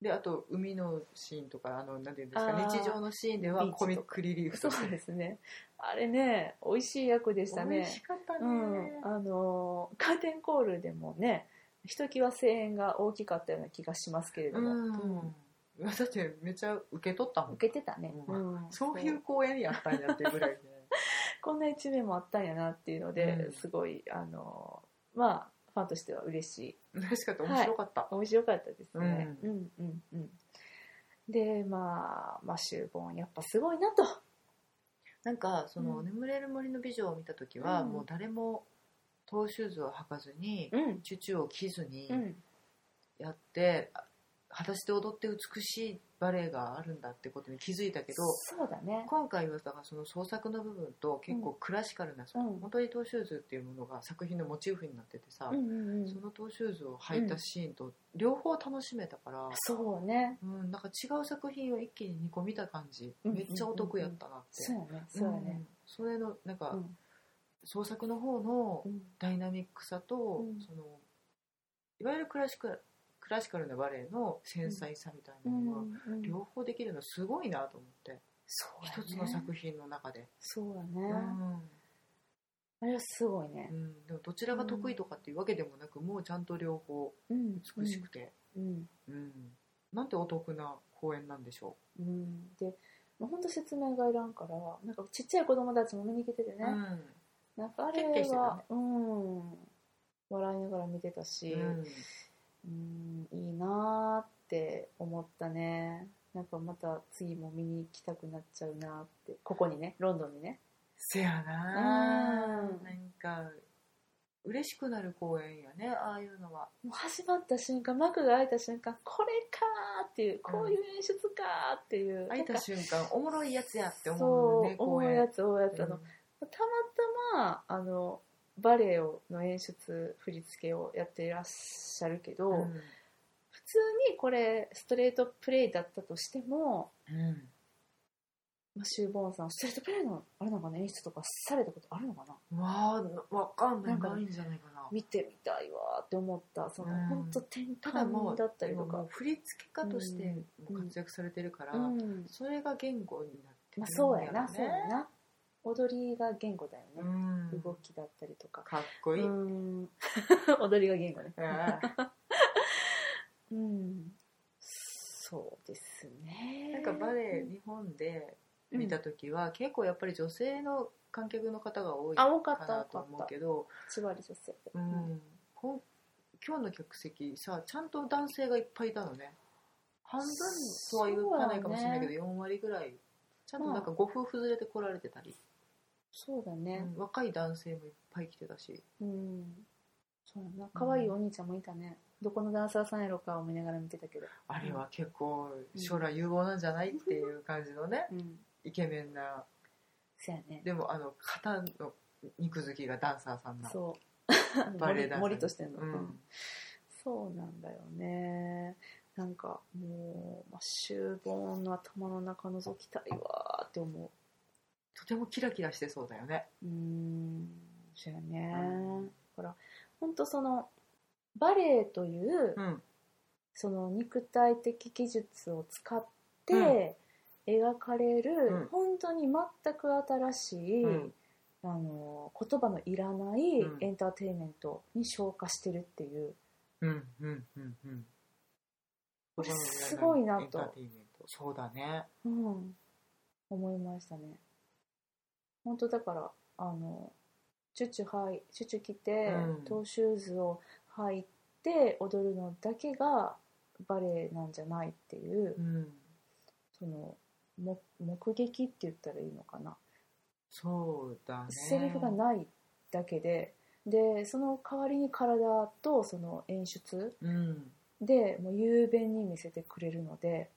Speaker 2: であと海のシーンとかあのなんていうんです
Speaker 1: あ
Speaker 2: か
Speaker 1: ー
Speaker 2: 日常のシーンで
Speaker 1: ビー
Speaker 2: は
Speaker 1: チとか
Speaker 2: コミックリリーフ
Speaker 1: そ
Speaker 2: と
Speaker 1: う
Speaker 2: して
Speaker 1: ですね。あれね、美味しい役でした
Speaker 2: 美
Speaker 1: ね
Speaker 2: 味。しかったね、
Speaker 1: うん。あのー、カーテンコールでもね、ひときわ声援が大きかったような気がしますけれども。うん
Speaker 2: うん、だってめちゃ受け取ったもん
Speaker 1: 受けてたね。。
Speaker 2: うんそういう公演やったんやってぐらいで
Speaker 1: こんな一面もあったんやなっていうので、
Speaker 2: うん
Speaker 1: すごいあのまあファンとしては嬉しい
Speaker 2: 嬉しかった面白かった、
Speaker 1: 面白かったですね、うん、うんうんでまあまあ集合やっぱすごいなと
Speaker 2: なんかその、
Speaker 1: うん
Speaker 2: 眠れる森の美女」を見た時は、
Speaker 1: うん
Speaker 2: もう誰もトーシューズを履かずに、
Speaker 1: うん
Speaker 2: チュチュを着ずに
Speaker 1: うん
Speaker 2: やって、あ裸足で踊って美しいバレエがあるんだってことに気づいたけど
Speaker 1: そうだね
Speaker 2: 今回はだからその創作の部分と結構クラシカルな、その
Speaker 1: うん
Speaker 2: 本当にトーシューズっていうものが作品のモチーフになっててさ、
Speaker 1: うんうんうん
Speaker 2: そのトーシューズを履いたシーンと両方楽しめたから、
Speaker 1: そうね
Speaker 2: うん、なんか違う作品を一気に2個見た感じ、
Speaker 1: うん
Speaker 2: めっちゃお得やったなって。
Speaker 1: そうやねそうやね
Speaker 2: ん、それのなんか、
Speaker 1: うん
Speaker 2: 創作の方の
Speaker 1: うん
Speaker 2: ダイナミックさと、
Speaker 1: うん
Speaker 2: そのいわゆるクラシッククラシカルなバレエの繊細さみたいなのが、
Speaker 1: うん
Speaker 2: 両方できるのすごいなと思って、
Speaker 1: そうやね
Speaker 2: 一つの作品の中で、
Speaker 1: そうや
Speaker 2: う
Speaker 1: ね、
Speaker 2: ん
Speaker 1: あれはすごいうね、
Speaker 2: ん、でもどちらが得意とかっていうわけでもなく、もうちゃんと両方
Speaker 1: うん、
Speaker 2: 美しくて、
Speaker 1: うん
Speaker 2: うんなんてお得な公演なんでしょ
Speaker 1: うんでもうほんと説明がいらんからなんかちっちゃい子供たちも見に来ててね、
Speaker 2: う、うん
Speaker 1: なんかあ
Speaker 2: キャッキャ
Speaker 1: れ
Speaker 2: してた
Speaker 1: は
Speaker 2: ね、
Speaker 1: うん、笑いながら見てたし、
Speaker 2: うん
Speaker 1: うん、いいなーって思ったね。なんかまた次も見に行きたくなっちゃうなーって、ここにね、ロンドンにね。
Speaker 2: せやなあ、
Speaker 1: うん
Speaker 2: なんか嬉しくなる公演やねああいうのは。
Speaker 1: もう始まった瞬間、幕が開いた瞬間、これかーっていう、こういう演出かーっていう。
Speaker 2: 開いた
Speaker 1: なんか
Speaker 2: 瞬間おもろいやつやって思う
Speaker 1: そ
Speaker 2: ね
Speaker 1: う、思うやつ、思うやつ。あの、たまたま、あの、バレエをの演出、振り付けをやっていらっしゃるけど、
Speaker 2: うん
Speaker 1: 普通にこれストレートプレイだったとしても、
Speaker 2: うん
Speaker 1: まあ、シューボーンさんストレートプレイのあれなんかね演出とかされたことあるのかな
Speaker 2: わあわかんない
Speaker 1: なんか
Speaker 2: ないんじゃないかな
Speaker 1: 見てみたいわーって思ったその
Speaker 2: うん
Speaker 1: 本当転
Speaker 2: ただも
Speaker 1: 換
Speaker 2: う
Speaker 1: だったりと
Speaker 2: 今
Speaker 1: か
Speaker 2: もう、振り付け家としても活躍されてるから、
Speaker 1: うん
Speaker 2: それが言語になって
Speaker 1: まあ、
Speaker 2: る
Speaker 1: そうやな、
Speaker 2: ろ
Speaker 1: そうやな踊りが言語だよね、
Speaker 2: うん
Speaker 1: 動きだったりとか、
Speaker 2: かっこ
Speaker 1: う
Speaker 2: いい、
Speaker 1: ん、踊りが言語ね
Speaker 2: ああ
Speaker 1: うんそうですね
Speaker 2: なんかバレエ日本で見た
Speaker 1: うん
Speaker 2: 時は、結構やっぱり女性の観客の方が多い
Speaker 1: あ
Speaker 2: か
Speaker 1: 多かった多か
Speaker 2: なと
Speaker 1: った
Speaker 2: 思うけど
Speaker 1: 8割女性で、
Speaker 2: うん、こん今日の客席さちゃんと男性がいっぱいいたのね半分とは言わないかもしれないけど、4割ぐらいちゃんとなんかご夫婦連れて来られてたり、
Speaker 1: そうだね
Speaker 2: うん若い男性もいっぱい来てたし
Speaker 1: うんそうやな可愛いお兄ちゃんもいたね、どこのダンサーさんやろかを見ながら見てたけど、
Speaker 2: あれは結構将来有望なんじゃないっていう感じのね
Speaker 1: うん、
Speaker 2: イケメンな
Speaker 1: そやね
Speaker 2: でもあの肩の肉付きがダンサーさんな
Speaker 1: そう
Speaker 2: バレエダンサー
Speaker 1: 森としてんの、
Speaker 2: う
Speaker 1: うん
Speaker 2: ん
Speaker 1: そうなんだよねなんかもうマッシュボーンの頭の中覗きたいわーって思
Speaker 2: とてもキラキラしてそうだよね
Speaker 1: ううーんそうやね、
Speaker 2: うん
Speaker 1: ほらほんとそのバレエという、
Speaker 2: うん
Speaker 1: その肉体的技術を使って、描かれる、
Speaker 2: うん
Speaker 1: 本当に全く新しい、
Speaker 2: うん
Speaker 1: あの言葉のいらない
Speaker 2: うん
Speaker 1: エンターテインメントに昇華してるっていう、
Speaker 2: うんうんうんうん
Speaker 1: これすごいなと
Speaker 2: エンターテインメントそうだね
Speaker 1: うん、思いましたね。本当だから、あの、チュチュはい、チュチュ着て
Speaker 2: うん、
Speaker 1: トーシューズを履いて踊るのだけがバレエなんじゃないっていう
Speaker 2: う、ん
Speaker 1: その、も目撃って言ったらいいのかな。
Speaker 2: そうだね
Speaker 1: セリフがないだけで、で、その代わりに体とその演出
Speaker 2: うん
Speaker 1: でもう雄弁に見せてくれるので、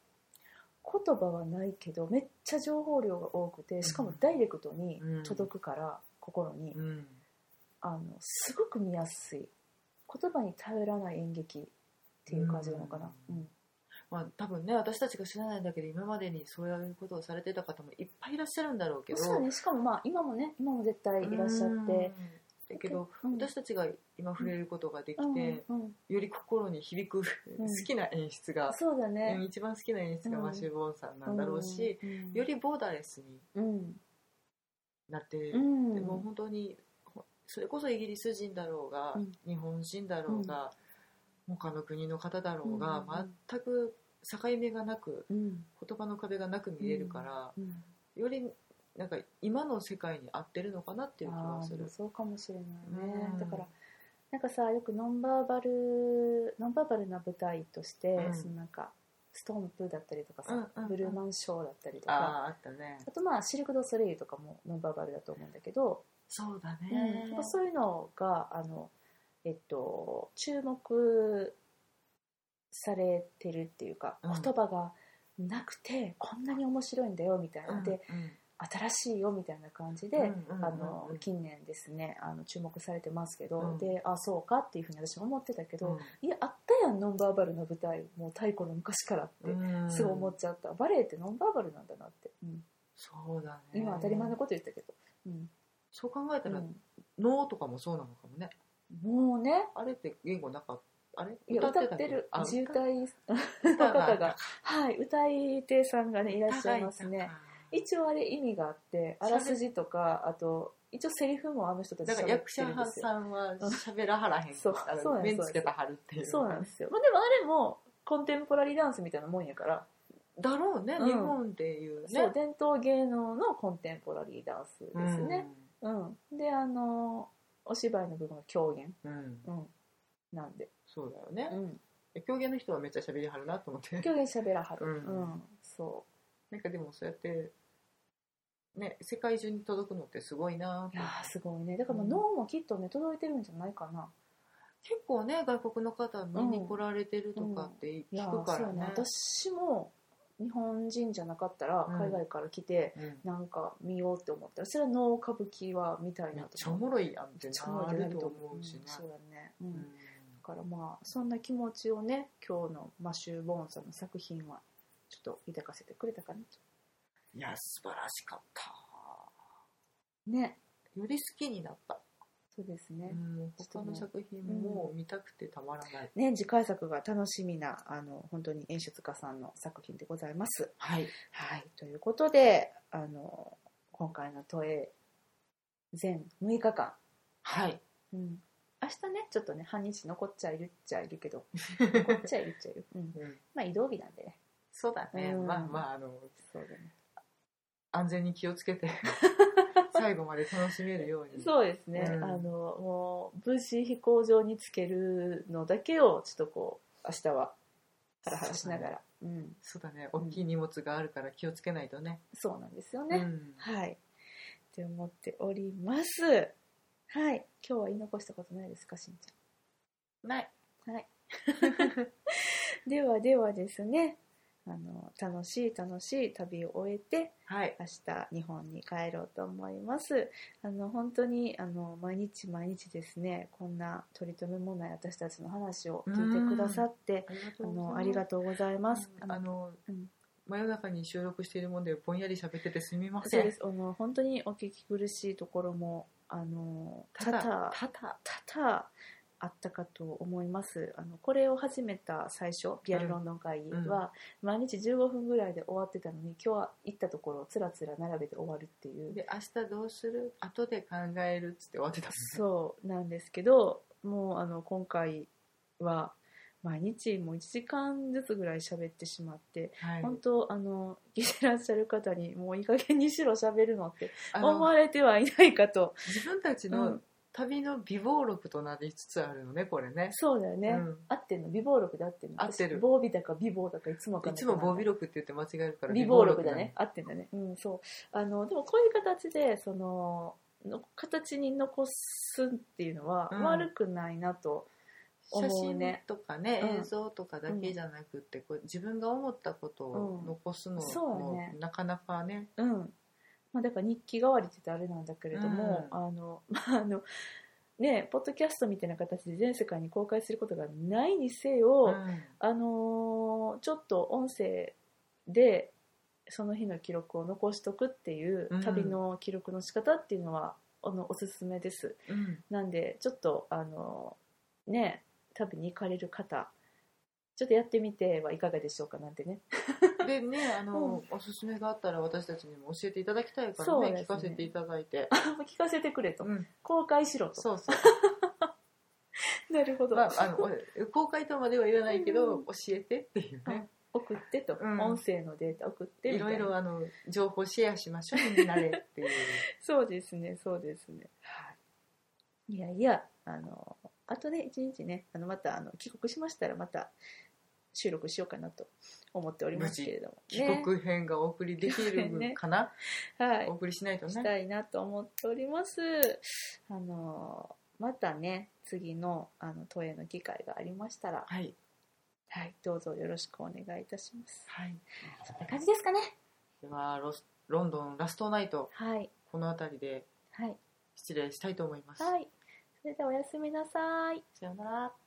Speaker 1: 言葉はないけど、めっちゃ情報量が多くて、しかもダイレクトに
Speaker 2: うん
Speaker 1: 届くから、心に、
Speaker 2: うん
Speaker 1: あのすごく見やすい言葉に頼らない演劇っていう感じなのかな、
Speaker 2: う
Speaker 1: うんん
Speaker 2: まあ多分ね私たちが知らないんだけど今までにそういうことをされてた方もいっぱいいらっしゃるんだろうけど
Speaker 1: そうだねしかもまあ今もね今も絶対いらっしゃ
Speaker 2: う
Speaker 1: っ
Speaker 2: ん
Speaker 1: て
Speaker 2: だけど、
Speaker 1: うん
Speaker 2: 私たちが今触れることができて、
Speaker 1: うんうん
Speaker 2: より心に響く
Speaker 1: うん
Speaker 2: 好きな演出が、
Speaker 1: そうだ
Speaker 2: うん
Speaker 1: ね、
Speaker 2: 一番好きな演出が
Speaker 1: うん
Speaker 2: マシュボーンさんなんだろうし、
Speaker 1: うん、
Speaker 2: よりボーダーレスに
Speaker 1: うん、
Speaker 2: なってる、
Speaker 1: うん、
Speaker 2: でも本当にほそれこそイギリス人だろうが、
Speaker 1: うん
Speaker 2: 日本人だろうが、他の国の方だろうが、
Speaker 1: うん
Speaker 2: 全く境目がなく
Speaker 1: うん、
Speaker 2: 言葉の壁がなく見れるから、
Speaker 1: うん、
Speaker 2: よりなんか今の世界に合ってるのかなっていう気
Speaker 1: あ
Speaker 2: は
Speaker 1: あ
Speaker 2: す
Speaker 1: でも
Speaker 2: る。
Speaker 1: そうかもしれないね、
Speaker 2: うん
Speaker 1: だからなんかさよくノンバーバルノンバーバルな舞台として、
Speaker 2: うん
Speaker 1: そのなんかストーンプだったりとかさ、
Speaker 2: うんうんうん
Speaker 1: ブルーマンショーだったりと
Speaker 2: あ
Speaker 1: か
Speaker 2: ああったね。
Speaker 1: あとまあシルク・ドゥ・ソレイユとかもノンバーバルだと思うんだけど、
Speaker 2: そうだ
Speaker 1: うん
Speaker 2: ね。
Speaker 1: やっぱそういうのがあの、えっと、注目されてるっていうか、
Speaker 2: うん
Speaker 1: 言葉がなくてこんなに面白いんだよみたいな、
Speaker 2: うん
Speaker 1: で新しいよみたいな感じで、
Speaker 2: うんうんうんうん
Speaker 1: あの近年ですねあの注目されてますけど、
Speaker 2: うん
Speaker 1: であそうかっていうふうに私も思ってたけ
Speaker 2: う
Speaker 1: ど、いやあったやんノンバーバルの舞台もう太古の昔からって。
Speaker 2: ん
Speaker 1: すごい思っちゃったバレエってノンバーバルなんだなって、うん
Speaker 2: そうだね。
Speaker 1: 今当たり前のこと言ったけど、うん
Speaker 2: そう考えたら
Speaker 1: う、ん
Speaker 2: 脳とかもそうなのかもね。
Speaker 1: もうね
Speaker 2: あれって言語なかった。あれ
Speaker 1: いや歌って
Speaker 2: たけ
Speaker 1: る
Speaker 2: あ
Speaker 1: 自由隊
Speaker 2: 歌
Speaker 1: の方が、はい、歌い手さんがねいらっしゃいますね。
Speaker 2: い
Speaker 1: 一応あれ意味があってあらすじとかあと一応セリフもあの人たち
Speaker 2: だか
Speaker 1: 喋
Speaker 2: ら
Speaker 1: っ
Speaker 2: 役
Speaker 1: て
Speaker 2: 者
Speaker 1: るんですよ
Speaker 2: さんは喋らはらへん
Speaker 1: そう
Speaker 2: あの
Speaker 1: そうなんです
Speaker 2: 面つけたはるっていう
Speaker 1: そうなんですよ、まあ、でもあれもコンテンポラリーダンスみたいなもんやから、
Speaker 2: だろうね、
Speaker 1: うん
Speaker 2: 日本でいうね
Speaker 1: そう伝統芸能のコンテンポラリーダンスですね、うんであのお芝居の部分は狂言、
Speaker 2: うん、うん
Speaker 1: うん、なんで、
Speaker 2: そうだよね
Speaker 1: う、ん、
Speaker 2: 狂言の人はめっちゃ喋りはるなと思って
Speaker 1: 狂言しゃべらはる、
Speaker 2: う
Speaker 1: うんんそ
Speaker 2: なんかでもそうやってね世界中に届くのってすごいな
Speaker 1: ういやーすごいねだからもう脳もきっとね届いてるんじゃないかな、
Speaker 2: 結構ね外国の方見に来られてるとかって
Speaker 1: いや
Speaker 2: 聞く
Speaker 1: ー
Speaker 2: か
Speaker 1: そう
Speaker 2: ら
Speaker 1: や
Speaker 2: ね
Speaker 1: ね、私も日本人じゃなかったら
Speaker 2: うん
Speaker 1: 海外から来て
Speaker 2: うん
Speaker 1: なんか見ようって思ったら、それは能歌舞伎は見たい
Speaker 2: め
Speaker 1: な
Speaker 2: っ
Speaker 1: と
Speaker 2: ちゃおもろいやんって
Speaker 1: めっちゃおも
Speaker 2: な
Speaker 1: ろい
Speaker 2: る
Speaker 1: な
Speaker 2: と
Speaker 1: と
Speaker 2: 思
Speaker 1: 思
Speaker 2: う
Speaker 1: う
Speaker 2: し
Speaker 1: し
Speaker 2: ね
Speaker 1: ね、そうだね、うん
Speaker 2: うん
Speaker 1: だからまあそんな気持ちをね今日のマシュー・ボーンさんの作品はちょっと抱かせてくれたかなと
Speaker 2: いや素晴らしかった
Speaker 1: ね
Speaker 2: より好きになった、
Speaker 1: そうです
Speaker 2: う
Speaker 1: ね、
Speaker 2: ん、他の作品も見たくてたまらない、
Speaker 1: ね次回作が楽しみなあの本当に演出家さんの作品でございます
Speaker 2: はい
Speaker 1: はい、ということであの今回の都営全6日間、
Speaker 2: はい
Speaker 1: うん、明日ねちょっとね半日残っちゃいるっちゃいるけど残っちゃいるっちゃいる、 うん、まあ移動日なんでね
Speaker 2: そうだね、
Speaker 1: うん
Speaker 2: まあまああの
Speaker 1: そうだね
Speaker 2: 安全に気をつけ て最後まで楽しめるように
Speaker 1: そうですね、
Speaker 2: うん
Speaker 1: あのもう無事飛行場につけるのだけをちょっとこう明日はハラハラしながらそう,、ん、
Speaker 2: そうだね大きい荷物があるから気をつけないとね
Speaker 1: そうなんですよ
Speaker 2: う
Speaker 1: ね、
Speaker 2: ん
Speaker 1: はいって思っておりますはい今日は言い残したことないですかしんちゃん
Speaker 2: ない。
Speaker 1: ではではですねあの楽しい楽しい旅を終えて
Speaker 2: はい。
Speaker 1: 明日日本に帰ろうと思いますあの本当にあの毎日毎日ですねこんな取り留めもない私たちの話を聞いてくださって
Speaker 2: ありが
Speaker 1: あのありが
Speaker 2: と
Speaker 1: とうございう
Speaker 2: ご
Speaker 1: ます、
Speaker 2: ざいます。あの、
Speaker 1: うん
Speaker 2: 真夜中に収録しているもんで、ぼんやり喋っててすみませ
Speaker 1: そう
Speaker 2: ん。
Speaker 1: ですあの本当にお聞き苦しいところもあの多
Speaker 2: ただ、
Speaker 1: 々
Speaker 2: ただ、
Speaker 1: 多々あったかと思いますあのこれを始めた最初リアルロンドン会議は、毎日15分ぐらいで終わってたのに今日は行ったところをつらつら並べて終わるっていう
Speaker 2: で、明日どうする後で考えるっつって終わってたもんね。
Speaker 1: そうなんですけどもうあの今回は毎日もう1時間ずつぐらい喋ってしまって、
Speaker 2: はい。
Speaker 1: 本当あの聞いてらっしゃる方にもういい加減にしろ喋るのって
Speaker 2: あの
Speaker 1: 思われてはいないかと
Speaker 2: 自分たち
Speaker 1: う
Speaker 2: の
Speaker 1: ん
Speaker 2: 旅の備忘録となりつつあるのね、これね。
Speaker 1: そうだよね、
Speaker 2: うん
Speaker 1: 合ってんの美貌録で合ってんの
Speaker 2: 合ってる
Speaker 1: 私防備だか美貌だかいつもわかん
Speaker 2: い
Speaker 1: な
Speaker 2: つ
Speaker 1: くな
Speaker 2: も
Speaker 1: る
Speaker 2: 防備録って言って間違えるから
Speaker 1: 美貌録だ
Speaker 2: なの
Speaker 1: ね合ってんだねうんそうあのでもこういう形でそのの形に残すっていうのは
Speaker 2: うん
Speaker 1: 悪くないなと、
Speaker 2: 写
Speaker 1: 思う
Speaker 2: 真
Speaker 1: ね
Speaker 2: とかね、
Speaker 1: うん
Speaker 2: 映像とかだけじゃなくって、こう自分が思ったことを残す
Speaker 1: う
Speaker 2: の
Speaker 1: んそうね
Speaker 2: なかなかね
Speaker 1: うんまあ、だから日記代わりって言ったらあれなんだけれども、
Speaker 2: うん
Speaker 1: あの まああのねポッドキャストみたいな形で全世界に公開することがないにせよ、
Speaker 2: うん
Speaker 1: あのーちょっと音声でその日の記録を残しとくっていう
Speaker 2: うん
Speaker 1: 旅の記録の仕方っていうのは、あのおすすめです
Speaker 2: うん
Speaker 1: なんでちょっとあのーね旅に行かれる方ちょっとやってみてはいかがでしょうかなんてね
Speaker 2: でねあの、おすすめがあったら私たちにも教えていただきたいから
Speaker 1: そう
Speaker 2: ね
Speaker 1: ですね
Speaker 2: 聞かせていただいて、
Speaker 1: 聞かせてくれと、
Speaker 2: うん、
Speaker 1: 公開しろと
Speaker 2: そうそ う、
Speaker 1: なるほど、
Speaker 2: まあ、あのお公開とまでは言わないけど、
Speaker 1: うん
Speaker 2: 教えてっていうね、
Speaker 1: 送ってと、
Speaker 2: うん
Speaker 1: 音声のデータ送ってみ
Speaker 2: い
Speaker 1: たい
Speaker 2: ろ
Speaker 1: ない
Speaker 2: ろあの情報シェアしましょうみんなでって いう、
Speaker 1: そうですねそうですね
Speaker 2: はい
Speaker 1: いやいや、あの、あとね、一日ね、あの、また、あの、帰国しましたら、また、収録しようかなと思っておりますけれども。
Speaker 2: 帰国編がお送りできるかな、
Speaker 1: ね、はい
Speaker 2: お。送りしないと
Speaker 1: し
Speaker 2: ね
Speaker 1: たいなと思っております。あの、またね、次の、あの、投影の機会がありましたら、
Speaker 2: はい
Speaker 1: はい、どうぞよろしくお願いいたします。
Speaker 2: はい
Speaker 1: そんな感じですかね。
Speaker 2: ではロスロンドンラストナイト
Speaker 1: はい。
Speaker 2: この辺りで
Speaker 1: はい。
Speaker 2: 失礼したいと思います。
Speaker 1: はい。それではおやすみなさい。
Speaker 2: さようなら。